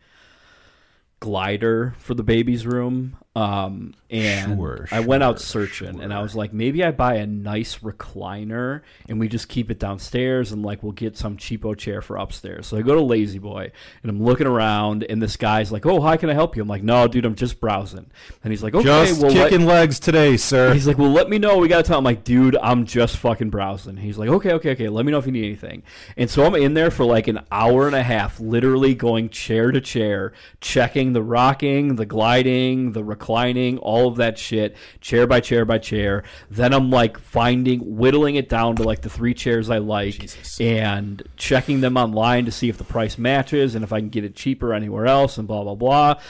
glider for the baby's room. Um, and Sure, I went out searching and I was like, maybe I buy a nice recliner and we just keep it downstairs and like we'll get some cheapo chair for upstairs. So I go to Lazy Boy and I'm looking around and this guy's like, oh, hi, can I help you? I'm like, no, dude, I'm just browsing. And he's like, okay, Just well, let- kicking legs today, sir. He's like, well, let me know. We gotta tell. I'm like, dude, I'm just fucking browsing. He's like, okay, okay, okay. Let me know if you need anything. And so I'm in there for like an hour and a half, literally going chair to chair, checking the rocking, the gliding, the reclining, all of that shit, chair by chair by chair. Then I'm like finding, whittling it down to like the three chairs I like, and checking them online to see if the price matches and if I can get it cheaper anywhere else, and blah blah blah.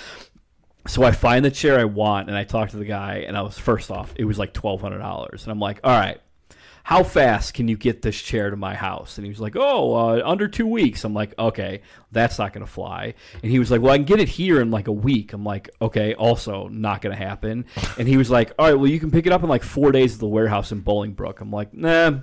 So I find the chair I want and I talk to the guy and I was first off, it was like twelve hundred dollars. And I'm like, all right, how fast can you get this chair to my house? And he was like, oh, uh, under two weeks. I'm like, okay, that's not going to fly. And he was like, well, I can get it here in like a week. I'm like, okay, also not going to happen. And he was like, all right, well, you can pick it up in like four days at the warehouse in Bolingbrook. I'm like, nah,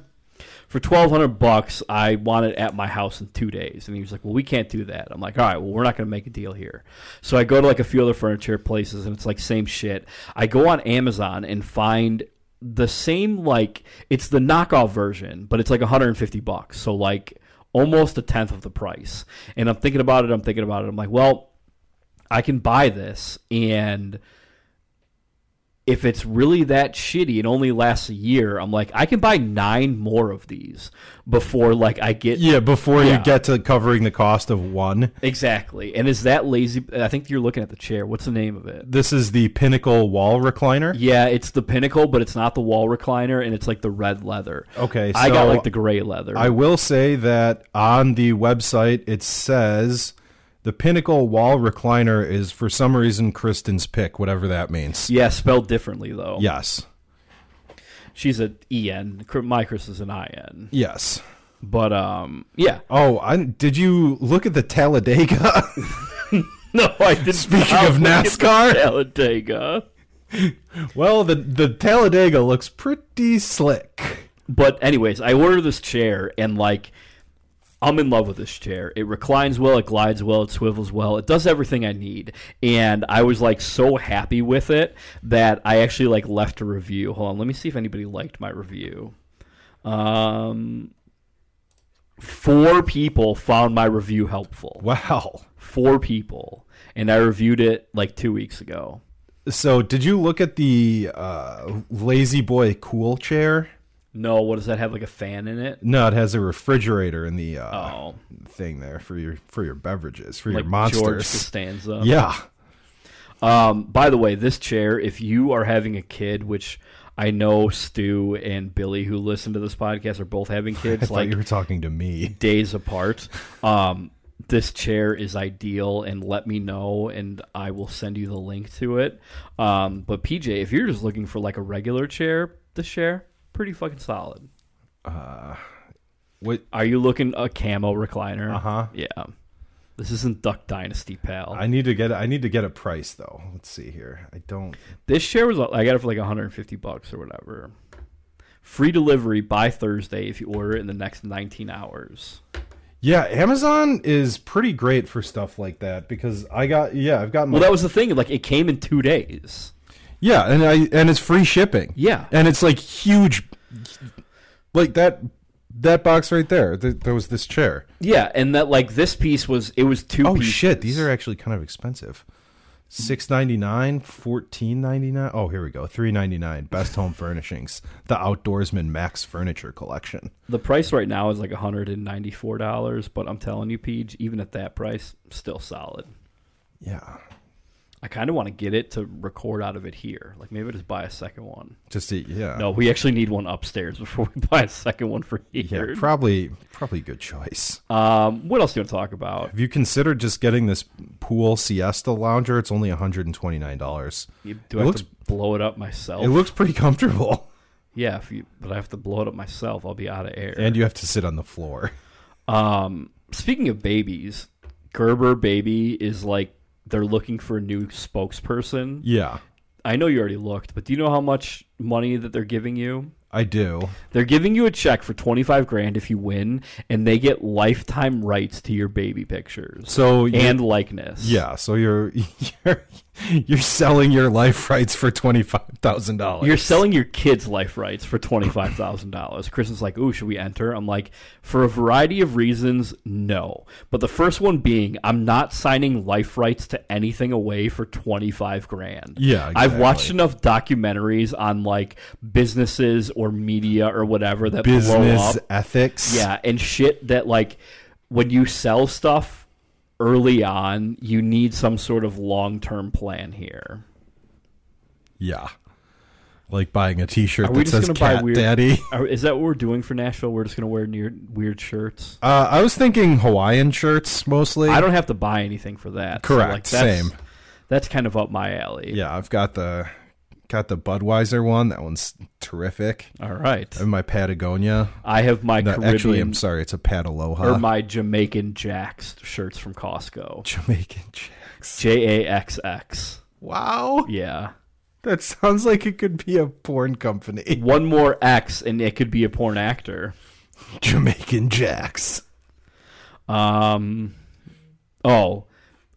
for twelve hundred bucks, I want it at my house in two days. And he was like, "Well, we can't do that." I'm like, "All right, well, we're not going to make a deal here." So I go to like a few other furniture places, and it's like same shit. I go on Amazon and find the same like it's the knockoff version, but it's like 150 bucks, so like almost a tenth of the price. And I'm thinking about it. I'm thinking about it. I'm like, well, I can buy this and if it's really that shitty and only lasts a year, I'm like, I can buy nine more of these before like I get yeah, before Yeah. you get to covering the cost of one, exactly. And is that lazy? I think you're looking at the chair. What's the name of it? this is the pinnacle wall recliner. Yeah, it's the pinnacle, but it's not the wall recliner, and it's like the red leather. Okay, I got so like the gray leather. I will say that on the website it says the pinnacle wall recliner is for some reason Kristen's pick, whatever that means. yeah, spelled differently though. Yes. she's a en. Cr- My Chris is an in. Yes. But um, yeah. Oh, I, did you look at the Talladega? No, I didn't. Speaking I'll of look at the NASCAR? Talladega. well, the the Talladega looks pretty slick. But anyways, I order this chair and like I'm in love with this chair. It reclines well, it glides well, it swivels well, it does everything I need. And I was like so happy with it that I actually like left a review. Hold on, let me see if anybody liked my review. Um four people found my review helpful. Wow. Four people. And I reviewed it like 2 weeks ago. So, did you look at the uh, Lazy Boy cool chair? No, what does that have like a fan in it? No, it has a refrigerator in the uh, Oh, thing there for your for your beverages, for like your George monsters. Costanza. Yeah. Um, by the way, this chair, if you are having a kid, which I know Stu and Billy, who listen to this podcast, are both having kids, I like thought you were talking to me. days apart. Um, this chair is ideal, and let me know, and I will send you the link to it. Um, but PJ, if you're just looking for like a regular chair, this chair pretty fucking solid. Uh, What? Are you looking a camo recliner? Uh Uh-huh. Yeah, this isn't Duck Dynasty, pal. I need to get I need to get a price though. Let's see here. I don't. This chair was I got it for like 150 bucks or whatever. Free delivery by Thursday if you order it in the next 19 hours. Yeah, Amazon is pretty great for stuff like that because I got yeah I've gotten Well, that was the thing. Like it came in two days. Yeah, and I and it's free shipping. Yeah. and it's like huge, like that that box right there. Th- there was this chair. Yeah, and that like this piece was it was two. Oh pieces. shit, these are actually kind of expensive. Six ninety nine, fourteen ninety nine. Oh, here we go. Three ninety nine. Best home furnishings. The Outdoorsman Max Furniture Collection. the price right now is like 194 dollars. But I'm telling you, Peach, even at that price, still solid. Yeah, I kind of want to get it to record out of it here. Like maybe just buy a second one. just a, yeah. No, we actually need one upstairs before we buy a second one for yeah, here. probably probably good choice. um, what else do you want to talk about? Have you considered just getting this pool siesta lounger? It's only one hundred and twenty nine dollars. You- It Do I have looks to blow it up myself? it looks pretty comfortable. yeah, if you, but I have to blow it up myself. I'll be out of air. and you have to sit on the floor. um, speaking of babies, Gerber baby is like they're looking for a new spokesperson. Yeah, I know you already looked, but do you know how much money that they're giving you? I do. They're giving you a check for 25 grand if you win and they get lifetime rights to your baby pictures So you- and likeness. yeah, so you're you're you're selling your life rights for twenty five thousand dollars. You're selling your kids' life rights for twenty five thousand dollars. Kristen's like, "Ooh, should we enter?" I'm like, for a variety of reasons, no. But the first one being, I'm not signing life rights to anything away for twenty five grand. Yeah, I've watched enough documentaries on like businesses or media or whatever that blow up. business ethics. Yeah, and shit that like when you sell stuff early on, you need some sort of long term plan here. yeah. Like buying a T-shirt Are we that just says gonna buy "Cat weird- Daddy." Are, is that what we're doing for Nashville? We're just gonna wear near, weird shirts. Uh, I was thinking Hawaiian shirts mostly. I don't have to buy anything for that. So, Correct, that's, same. That's kind of up my alley. Yeah, I've got the got the Budweiser one. That one's terrific. All right. And my Patagonia. I have my No, Caribbean actually, I'm uh, sorry, it's a Pat Aloha. or my Jamaican Jacks shirts from Costco. Jamaican Jacks. J A X X. Wow, Yeah. that sounds like it could be a porn company. One more X, and it could be a porn actor. Jamaican Jacks. Um, oh,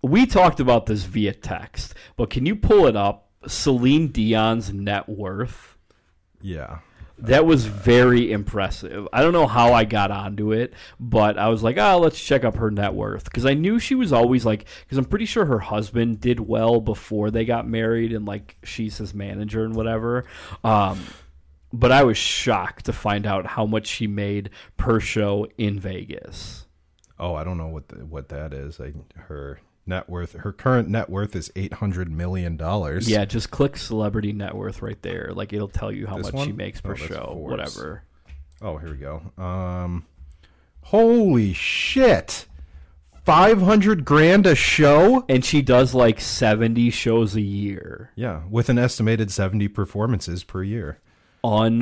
we talked about this via text, but can you pull it up? Celine Dion's net worth. Yeah. That was very impressive. I don't know how I got onto it, but I was like, oh, let's check up her net worth. Because I knew she was always like, because I'm pretty sure her husband did well before they got married and like she's his manager and whatever. Um, but I was shocked to find out how much she made per show in Vegas. Oh, I don't know what the, what that is. I, her net worth, her current net worth is eight hundred million dollars. Yeah, just click celebrity net worth right there. Like it'll tell you how much she one? makes per Oh, that's show, Forbes. whatever. Oh, here we go. Um, holy shit, five hundred grand a show. And she does like 70 shows a year. Yeah, with an estimated seventy performances per year.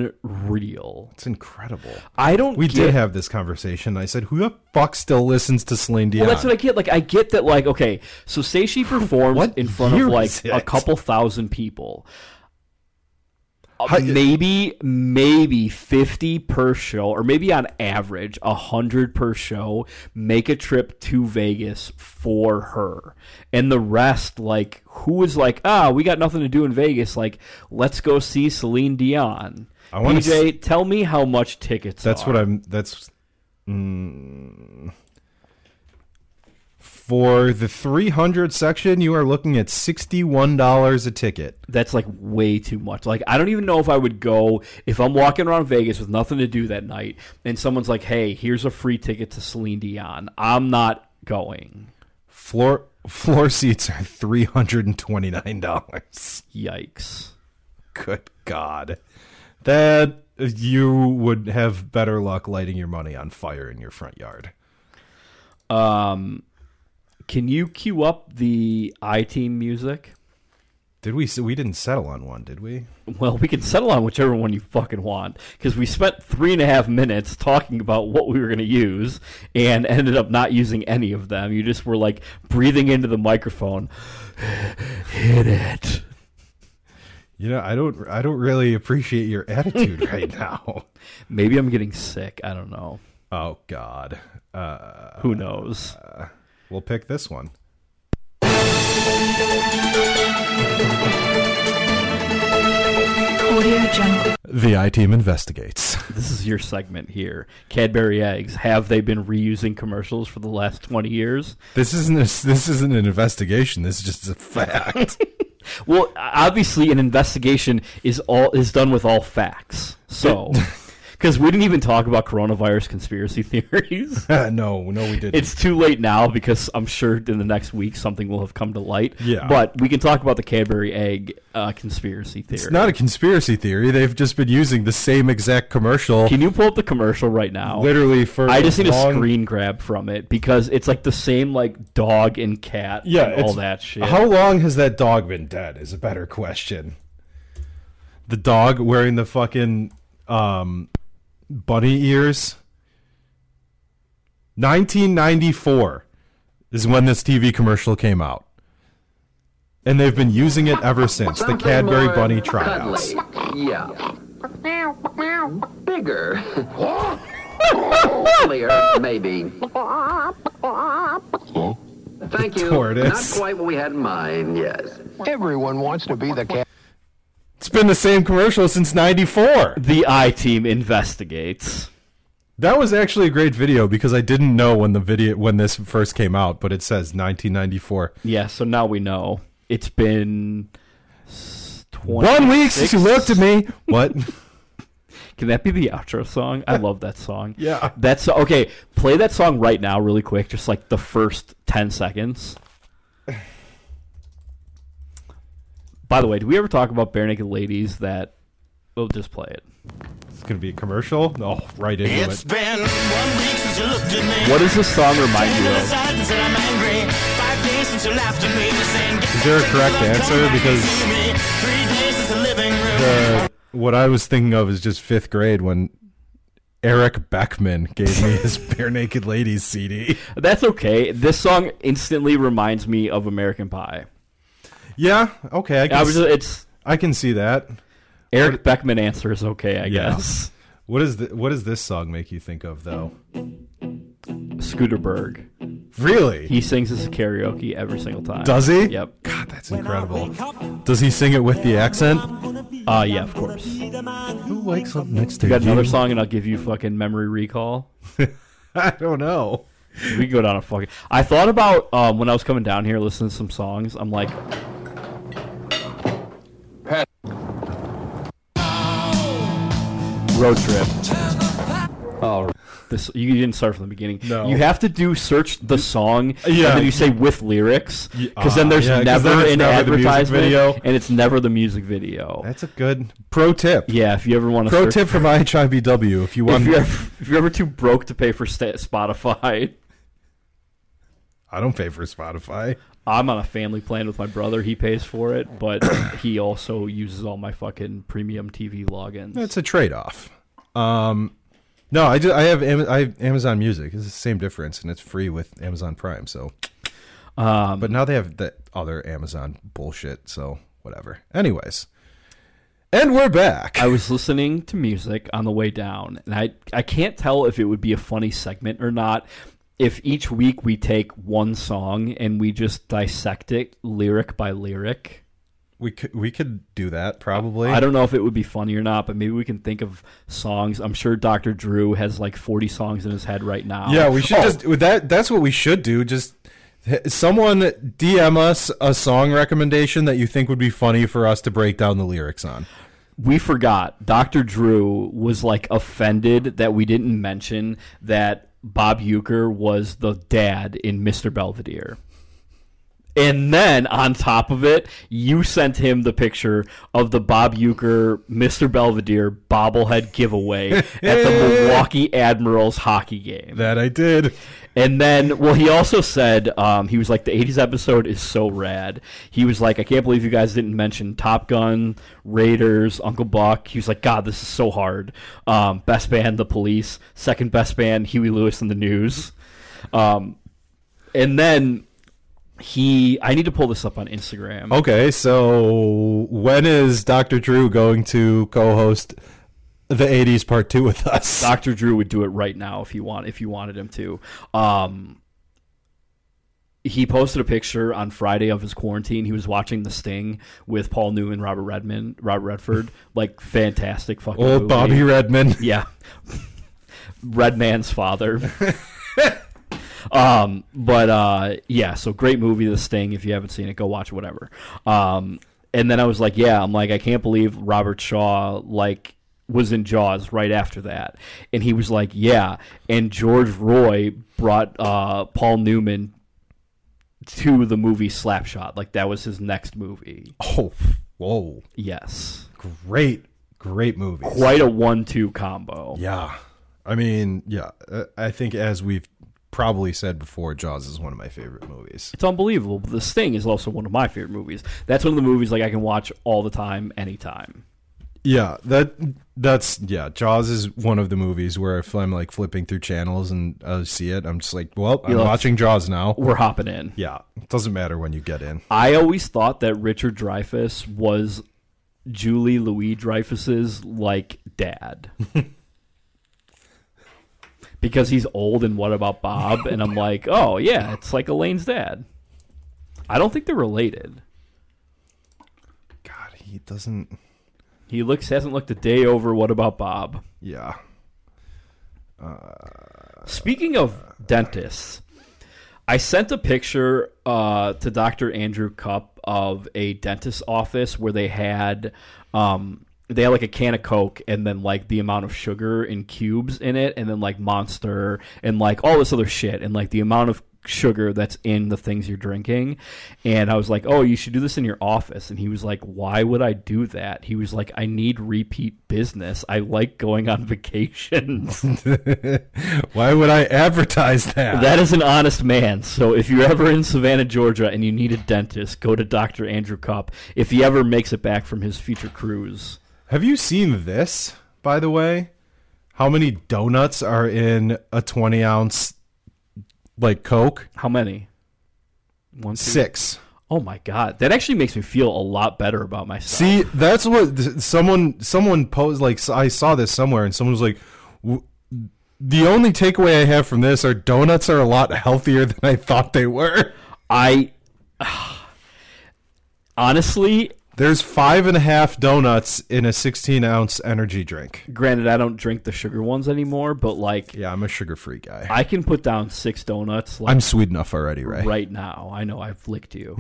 Unreal. It's incredible. I don't We get, did have this conversation. I said, "Who the fuck still listens to Celine Dion?" Well, that's what I get. Like, I get that. Like, okay, so say she performs What in front of year like is a it? couple thousand people. Uh, How- maybe, maybe fifty per show, or maybe on average hundred per show. Make a trip to Vegas for her, and the rest, like, who is like, ah, we got nothing to do in Vegas. Like, let's go see Celine Dion. I wanna PJ, tell me how much tickets. That's are. what I'm. That's mm, for the 300 section. You are looking at sixty-one dollars a ticket. that's like way too much. Like I don't even know if I would go if I'm walking around Vegas with nothing to do that night and someone's like, "Hey, here's a free ticket to Celine Dion." I'm not going. Floor floor seats are three hundred and twenty-nine dollars. Yikes. Good God, that you would have better luck lighting your money on fire in your front yard. Um can you cue up the I team music? Did we? s- We didn't settle on one, did we? Well, we can settle on whichever one you fucking want because we spent three and a half minutes talking about what we were going to use and ended up not using any of them. You just were like breathing into the microphone. Hit it. You know, I don't. I don't really appreciate your attitude right now. Maybe I'm getting sick. I don't know. Oh God. Uh, Who knows? we'll pick this one. The I team investigates. This is your segment here. Cadbury eggs. Have they been reusing commercials for the last 20 years? This isn't a, this isn't an investigation. This is just a fact. Well, obviously an investigation is all is done with all facts. So, cuz we didn't even talk about coronavirus conspiracy theories. no, no, we didn't. It's too late now because I'm sure in the next week something will have come to light. Yeah. But we can talk about the Cadbury egg uh, conspiracy theory. It's not a conspiracy theory. They've just been using the same exact commercial, can you pull up the commercial right now? literally for. I just need long- a screen grab from it because it's like the same like dog and cat Yeah, and all it's- that shit. How long has that dog been dead? Is a better question. The dog wearing the fucking um, bunny ears. 1994 is when this TV commercial came out. And they've been using it ever since the Cadbury Bunny tryouts. Yeah. Bigger. Clear, maybe. Thank you. Tortoise. Not quite what we had in mind, yes. Everyone wants to be the cat. It's been the same commercial since 94. The I team investigates. That was actually a great video because I didn't know when the video when this first came out, but it says 1994. Yeah, so now we know. It's been s- 20 One week since you looked at me. What? Can that be the outro song? I love that song. Yeah. That's okay. Play that song right now, really quick, just like the first ten seconds. By the way, do we ever talk about bare naked ladies that we'll just play it? it's gonna be a commercial. Oh, right into it. been one week since you looked at me. What does this song remind you of? and said I'm angry. Five days since you laughed at me. Is there a correct answer? Because Three days since the living room. the what I was thinking of is just fifth grade when Eric Beckman gave me his bare naked ladies CD. That's okay. This song instantly reminds me of American Pie. Yeah, okay, I can, I was, it's I can see that. Eric Beckman answer is okay, I Yeah. guess. What is the, what does this song make you think of though? Scooterberg. Really? He sings this karaoke every single time. Does he? Yep. God, that's incredible. Does he sing it with the accent? Uh yeah, of course. Who wakes up next to You got another song, and I'll give you fucking memory recall. I don't know. We can go down a fucking. I thought about um, when I was coming down here listening to some songs. I'm like, road trip. Oh, this you didn't start from the beginning. No. you have to do search the song, Yeah. and then you say with lyrics, because ah, then there's yeah, 'cause never then it's an never the music advertisement, video. and it's never the music video. That's a good pro tip. yeah, if you ever want to Pro search, tip from IHIBW. If you if want, you're, if you're ever too broke to pay for sta Spotify. I don't pay for Spotify. I'm on a family plan with my brother. He pays for it, but he also uses all my fucking premium TV logins. It's a trade off. Um, no, I just I have Am- I have Amazon Music. It's the same difference, and it's free with Amazon Prime. So, Um, but now they have the other Amazon bullshit. So whatever. Anyways, and we're back. I was listening to music on the way down, and I I can't tell if it would be a funny segment or not. If each week we take one song and we just dissect it lyric by lyric, we could we could do that probably. I don't know if it would be funny or not, but maybe we can think of songs. I'm sure Dr. Drew has like 40 songs in his head right now. Oh, Yeah, we should just with that. That's what we should do. Just h- someone DM us a song recommendation that you think would be funny for us to break down the lyrics on. we forgot Dr. Drew was like offended that we didn't mention that Bob Euchre was the dad in Mr. Belvedere. And then on top of it, you sent him the picture of the Bob Euchre Mr. Belvedere bobblehead giveaway at the Milwaukee Admirals hockey game. That I did. And then, well, he also said um, he was like the '80s episode is so rad. He was like, I can't believe you guys didn't mention Top Gun, Raiders, Uncle Buck. He was like, God, this is so hard. Um, best band, The Police. Second best band, Huey Lewis and the News. Um, and then he, I need to pull this up on Instagram. Okay, so when is Dr. Drew going to co-host the '80s Part Two with us? Dr. Drew would do it right now if you want if you wanted him to. Um he posted a picture on Friday of his quarantine. He was watching The Sting with Paul Newman, Robert Redman, Robert Redford. Like fantastic fucking Old movie. Bobby Redman. Yeah. Redman's father. um, but uh, yeah, so great movie, The Sting. If you haven't seen it, go watch it, whatever. Um, and then I was like, yeah, I'm like, I can't believe Robert Shaw like was in Jaws right after that, and he was like, yeah, and George Roy brought uh, Paul Newman to the movie Slapshot. Like that was his next movie. Oh, whoa! Yes, Great, great movie. quite a one-two combo. Yeah, I mean, yeah. uh, I think as we've probably said before, Jaws is one of my favorite movies. It's unbelievable. The Sting is also one of my favorite movies. That's one of the movies like I can watch all the time, anytime. Yeah, that that's yeah. Jaws is one of the movies where if I'm like flipping through channels and I see it, I'm just like, well, I'm You'll- watching Jaws now. We're hopping in. Yeah, it doesn't matter when you get in. I always thought that Richard Dreyfuss was Julie Louis Dreyfus's like dad. because he's old and what about Bob? And I'm like, oh yeah, it's like Elaine's dad. I don't think they're related. God, he doesn't. He looks hasn't looked a day over what about Bob. Yeah, Speaking of dentists, I sent a picture uh, to Dr. Andrew Cup of a dentist's office where they had um, they had like a can of Coke and then like the amount of sugar in cubes in it and then like Monster and like all this other shit and like the amount of sugar that's in the things you're drinking and i was like oh you should do this in your office and he was like why would i do that he was like i need repeat business i like going on vacations why would I advertise that? that is an honest man. So if you're ever in Savannah, Georgia, and you need a dentist, go to Dr. Andrew Kopp if he ever makes it back from his future cruise. Have you seen this? By the way, how many donuts are in a 20 ounce like Coke? How many? One, two- Six. Oh my God, that actually makes me feel a lot better about myself. See, that's what th- someone someone posed. Like I saw this somewhere, and someone was like, w- "The only takeaway I have from this are donuts are a lot healthier than I thought they were." I honestly, There's five and a half donuts in a 16 ounce energy drink. granted, I don't drink the sugar ones anymore, but like Yeah, I'm a sugar free guy. I can put down six donuts. Like, I'm sweet enough already, right? right now. I know I've licked you.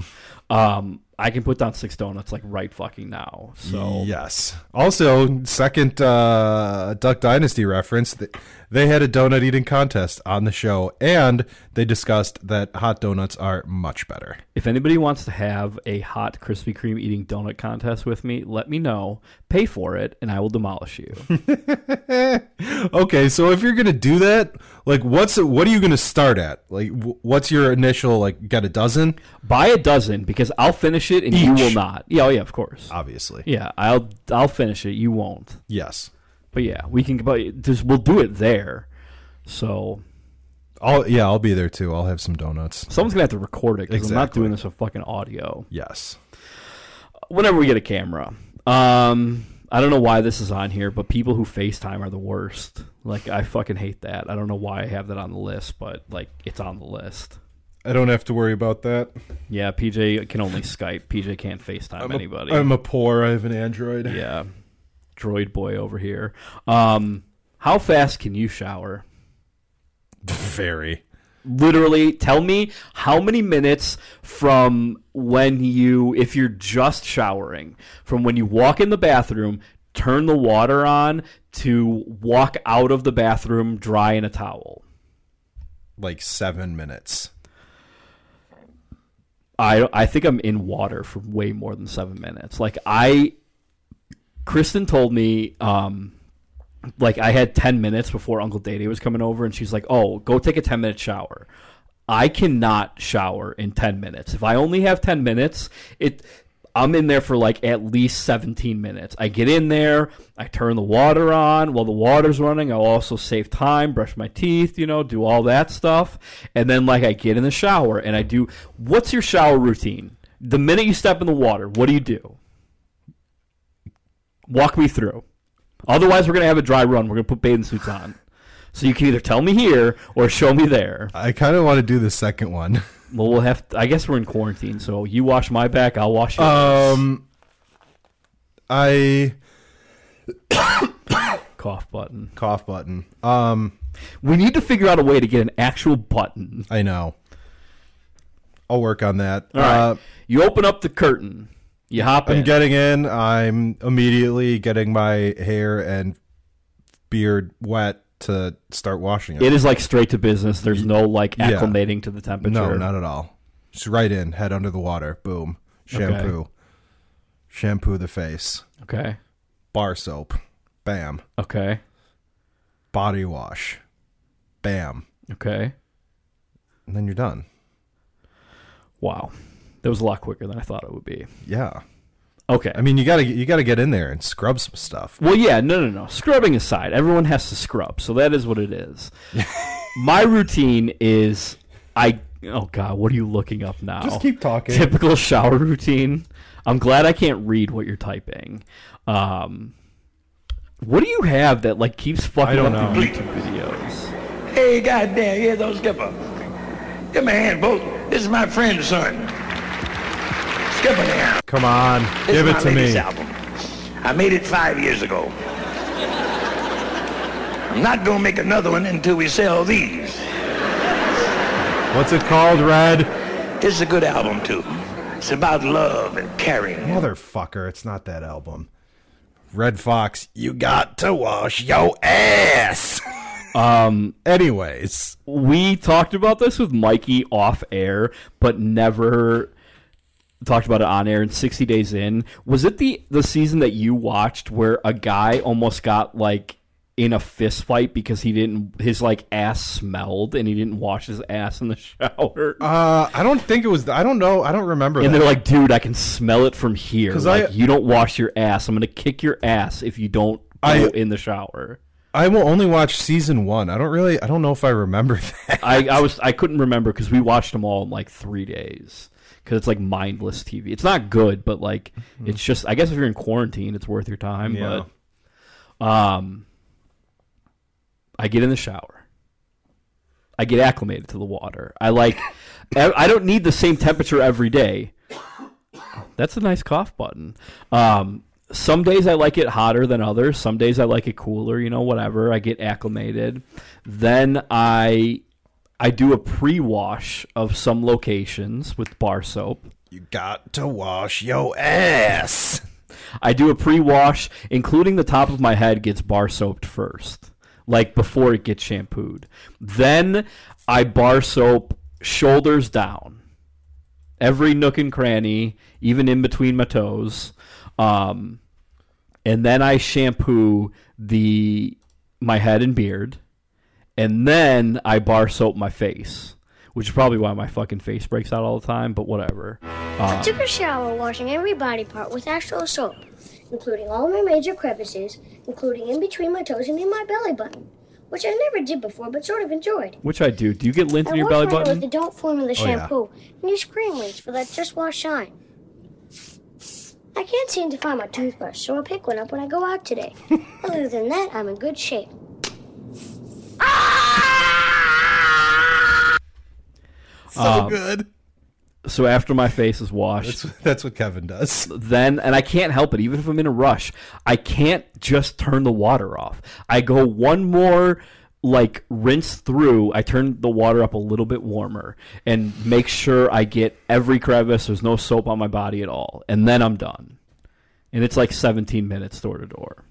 Um, I can put down six donuts like right fucking now. So Yes. Also, second uh, Duck Dynasty reference. th- They had a donut eating contest on the show, and they discussed that hot donuts are much better. If anybody wants to have a hot Krispy Kreme eating donut contest with me, let me know. Pay for it, and I will demolish you. Okay, so if you're gonna do that, like, what's what are you gonna start at? Like, wh- what's your initial like? Got a dozen, Buy a dozen because I'll finish it and you will not. Yeah, oh yeah, of Uh. course. obviously. Yeah, I'll I'll finish it. You won't. Yes. But yeah, we can. But just we'll do it there. So I'll yeah, I'll be there too. I'll have some donuts. someone's gonna have to record it because I'm not Exactly. doing this with fucking audio. Yes. Whenever we get a camera, um, I don't know why this is on here, but people who FaceTime are the worst. Like I fucking hate that. I don't know why I have that on the list, but like it's on the list. I don't have to worry about that. Yeah, PJ can only Skype. PJ can't FaceTime anybody. I'm a poor. I have an Android. yeah. Droid boy over here. Um, how fast can you shower? Very. Literally, tell me how many minutes from when you, if you're just showering, from when you walk in the bathroom, turn the water on, to walk out of the bathroom dry in a towel. Like seven minutes. I I think I'm in water for way more than seven minutes. Like I, Kristen told me, um, like I had ten minutes before Uncle Day Day was coming over, and she's like, "Oh, go take a ten minute shower." I cannot shower in ten minutes. If I only have ten minutes, it. I'm in there for like at least 17 minutes. I get in there, I turn the water on while the water's running. I'll also save time, brush my teeth, you know, do all that stuff. And then like I get in the shower and I do what's your shower routine? The minute you step in the water, what do you do? Walk me through. Otherwise, we're going to have a dry run. We're going to put bathing suits on. So you can either tell me here or show me there. I kind of want to do the second one. Well, we'll have. I guess we're in quarantine, so you wash my back, I'll wash yours. Um, I Cough button. cough button. Um, We need to figure out a way to get an actual button. I know. I'll work on that. All right. Uh, you open up the curtain. You hop I'm in. getting in. I'm immediately getting my hair and beard wet to start washing it. it is like straight to business. There's no like Yeah. acclimating to the temperature. no, not at all. Just right in, head under the water. Boom. Shampoo. Shampoo the face. Okay. Bar soap. Bam. Okay. Body wash. Bam. Okay. And then you're done. Wow. That was a lot quicker than I thought it would be. Yeah. Okay. I mean, you gotta you gotta get in there and scrub some stuff. Well, yeah, no, no, no. Scrubbing aside, everyone has to scrub, so that is what it is. My routine is I. Oh God, what are you looking up now? Just keep talking. Typical shower routine. I'm glad I can't read what you're typing. Um, what do you have that like keeps fucking don't up know. the YouTube videos? Hey, goddamn, yeah, those Skipper. Give me a hand, both. This is my friend's son. Skipper there. Come on, This give it is my to latest me. album. I made it five years ago. I'm not gonna make another one until we sell these. What's it called, Red? This is a good album too. It's about love and caring. Motherfucker, it's not that album. Red Fox, you got to wash your ass. Um, Anyways, we talked about this with Mikey off air, but never talked about it on air. And sixty days in, was it the the season that you watched where a guy almost got like in a fist fight because he didn't his like ass smelled and he didn't wash his ass in the shower? uh, I don't think it was. I don't know. I don't remember. and that. they're like, dude, I can smell it from here. 'Cause I- Like, you don't wash your ass. I'm gonna kick your ass if you don't go I- in the shower. I will only watch season one. I don't really. I don't know if I remember that. I, I was I couldn't remember because we watched them all in like three days because it's like mindless TV. It's not good, but like it's just I guess if you're in quarantine, it's worth your time. Yeah. But um, I get in the shower. I get acclimated to the water. I like. e, I I don't need the same temperature every day. That's a nice cough button. Um, some days I like it hotter than others. Some days I like it cooler. You know, whatever. I get acclimated. Then I I do a pre-wash of some locations with bar soap. You got to wash your ass. I do a pre-wash, including the top of my head gets bar soaped first, like before it gets shampooed. Then I bar soap shoulders down, every nook and cranny, even in between my toes, um, and then I shampoo the my head and beard, and then I bar soap my face. Which is probably why my fucking face breaks out all the time, but whatever. I took a shower washing every body part with actual soap, including all my major crevices, including in between my toes and in my belly button, which I never did before but sort of enjoyed. Which I do. Do you get lint I in your wash belly my hair with button? the Don't Formula Oh, yeah. shampoo and use cream rinse for that Just Wash Shine. I can't seem to find my toothbrush, so I'll pick one up when I go out today. Other than that, I'm in good shape. So Um, good. So after my face is washed, That's, that's what Kevin does. then and I can't help it. Even if I'm in a rush, I can't just turn the water off. I go one more like rinse through. I turn the water up a little bit warmer and make sure I get every crevice. There's no soap on my body at all, and then I'm done. And it's like 17 minutes door to door.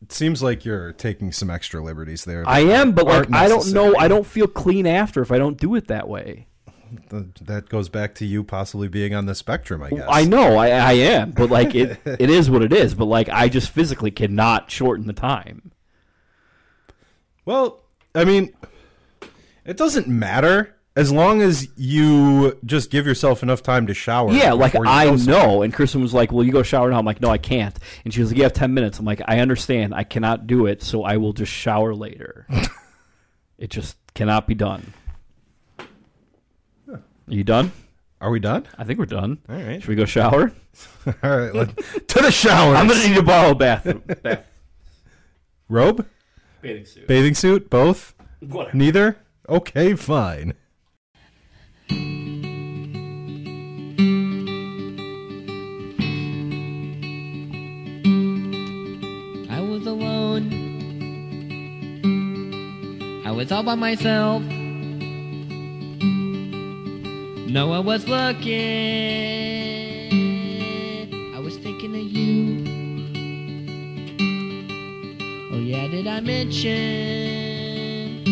It seems like you're taking some extra liberties there. I am, but like Aren't I don't know. necessary. I don't feel clean after if I don't do it that way. Th- That goes back to you possibly being on the spectrum, I guess. I know I, I am, but like it, it is what it is. But like I just physically cannot shorten the time. Well, I mean, it doesn't matter as long as you just give yourself enough time to shower. Yeah, like before you I go know. somewhere. And Kristen was like, "Well, you go shower now." I'm like, "No, I can't." And she was like, "You have ten minutes." I'm like, "I understand. I cannot do it, so I will just shower later." it just cannot be done. Are you done? Are we done? I think we're done. All right. Should we go shower? All right, let, to the shower. I'm gonna need to borrow a bathroom. bath, Robe, bathing suit. bathing suit, both, Whatever. neither. Okay, fine. I was alone. I was all by myself. No one was looking. I was thinking of you. Oh, yeah, did I mention?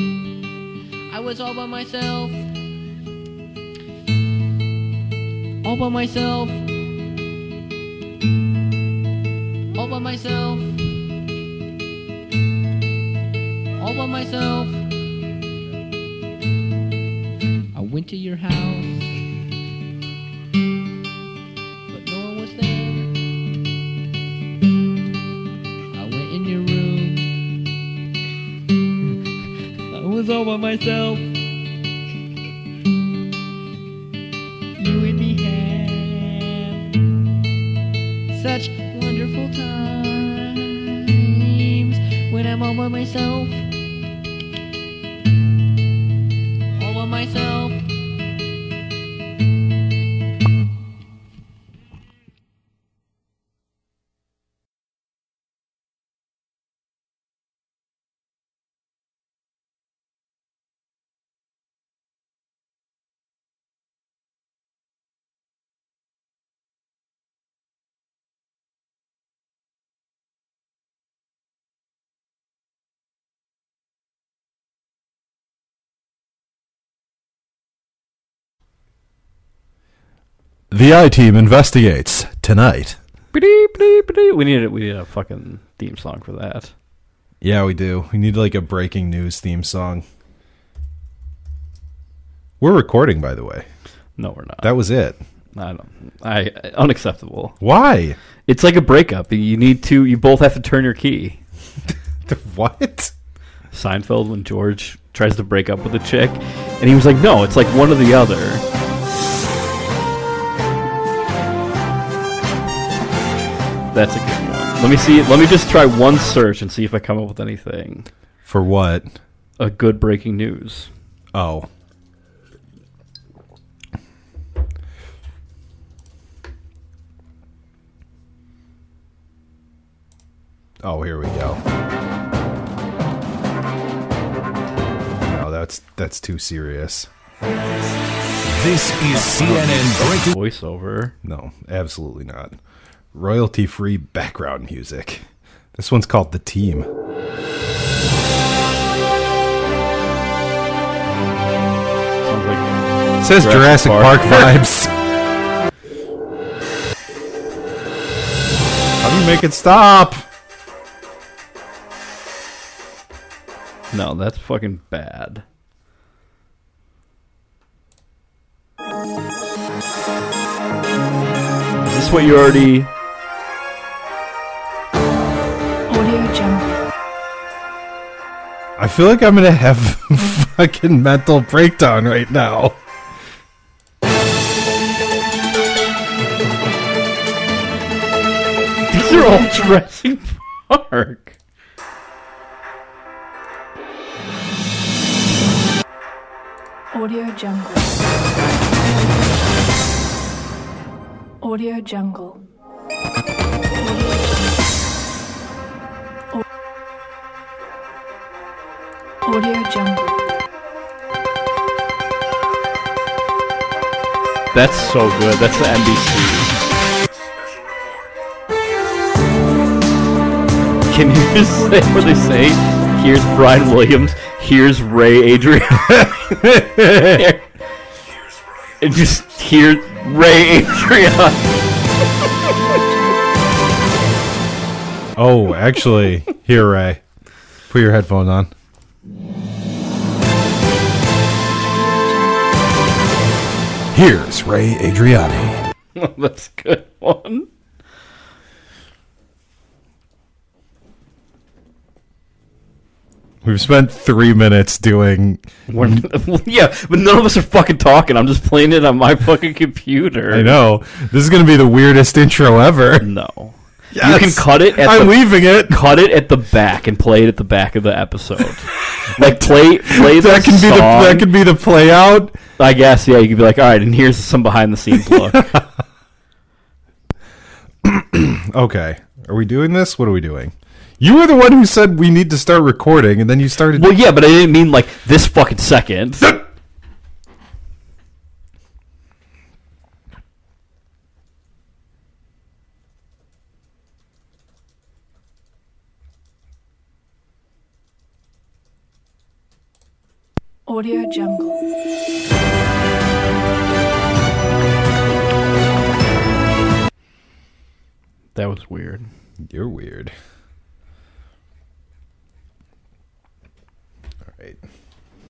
I was all by myself. All by myself. All by myself all by myself. I went to your house, but no one was there. myself. You and me have such wonderful times when I'm all by myself. All by myself. The I Team investigates tonight. Bleep, bleep, bleep. We need a, we need a fucking theme song for that. Yeah, we do. We need like a breaking news theme song. We're recording, by the way. No, we're not. That was it. I don't. I unacceptable. Why? It's like a breakup. You need to. You both have to turn your key. what? Seinfeld when George tries to break up with a chick, and he was like, "No, it's like one or the other." That's a good one. Let me see. Let me just try one search and see if I come up with anything. For what? A good breaking news. Oh. Oh, here we go. No, that's that's too serious. This is CNN breaking. Voiceover. No, absolutely not. Royalty free background music. This one's called The Team. Sounds like It says Jurassic, Park, vibes. How do you make it stop? No, that's fucking bad. Is this what you already? Audio Jungle. I feel like I'm gonna have a fucking mental breakdown right now. These are all Jurassic Park. Audio Jungle. Audio Jungle. Audio Jungle. That's so good. That's the NBC. Can you just say what they say? Here's Brian Williams. Here's Ray Adrian. and just here's Ray Adrian. Oh, actually, here, Ray. Put your headphone on. Here's Ray Adriani. That's a good one. We've spent three minutes doing. We're, Mm-hmm. yeah, but none of us are fucking talking. I'm just playing it on my fucking computer. I know. This is going to be the weirdest intro ever. No. Yes. You can cut it. At I'm the, leaving it. Cut it at the back and play it at the back of the episode. like play play That the can be the song. that can be the play out. I guess yeah. You could be like, all right, and here's some behind the scenes look. Okay. Are we doing this? What are we doing? You were the one who said we need to start recording, and then you started. well, yeah, but I didn't mean like this fucking second. Audio Jungle. that was weird. You're weird. All right.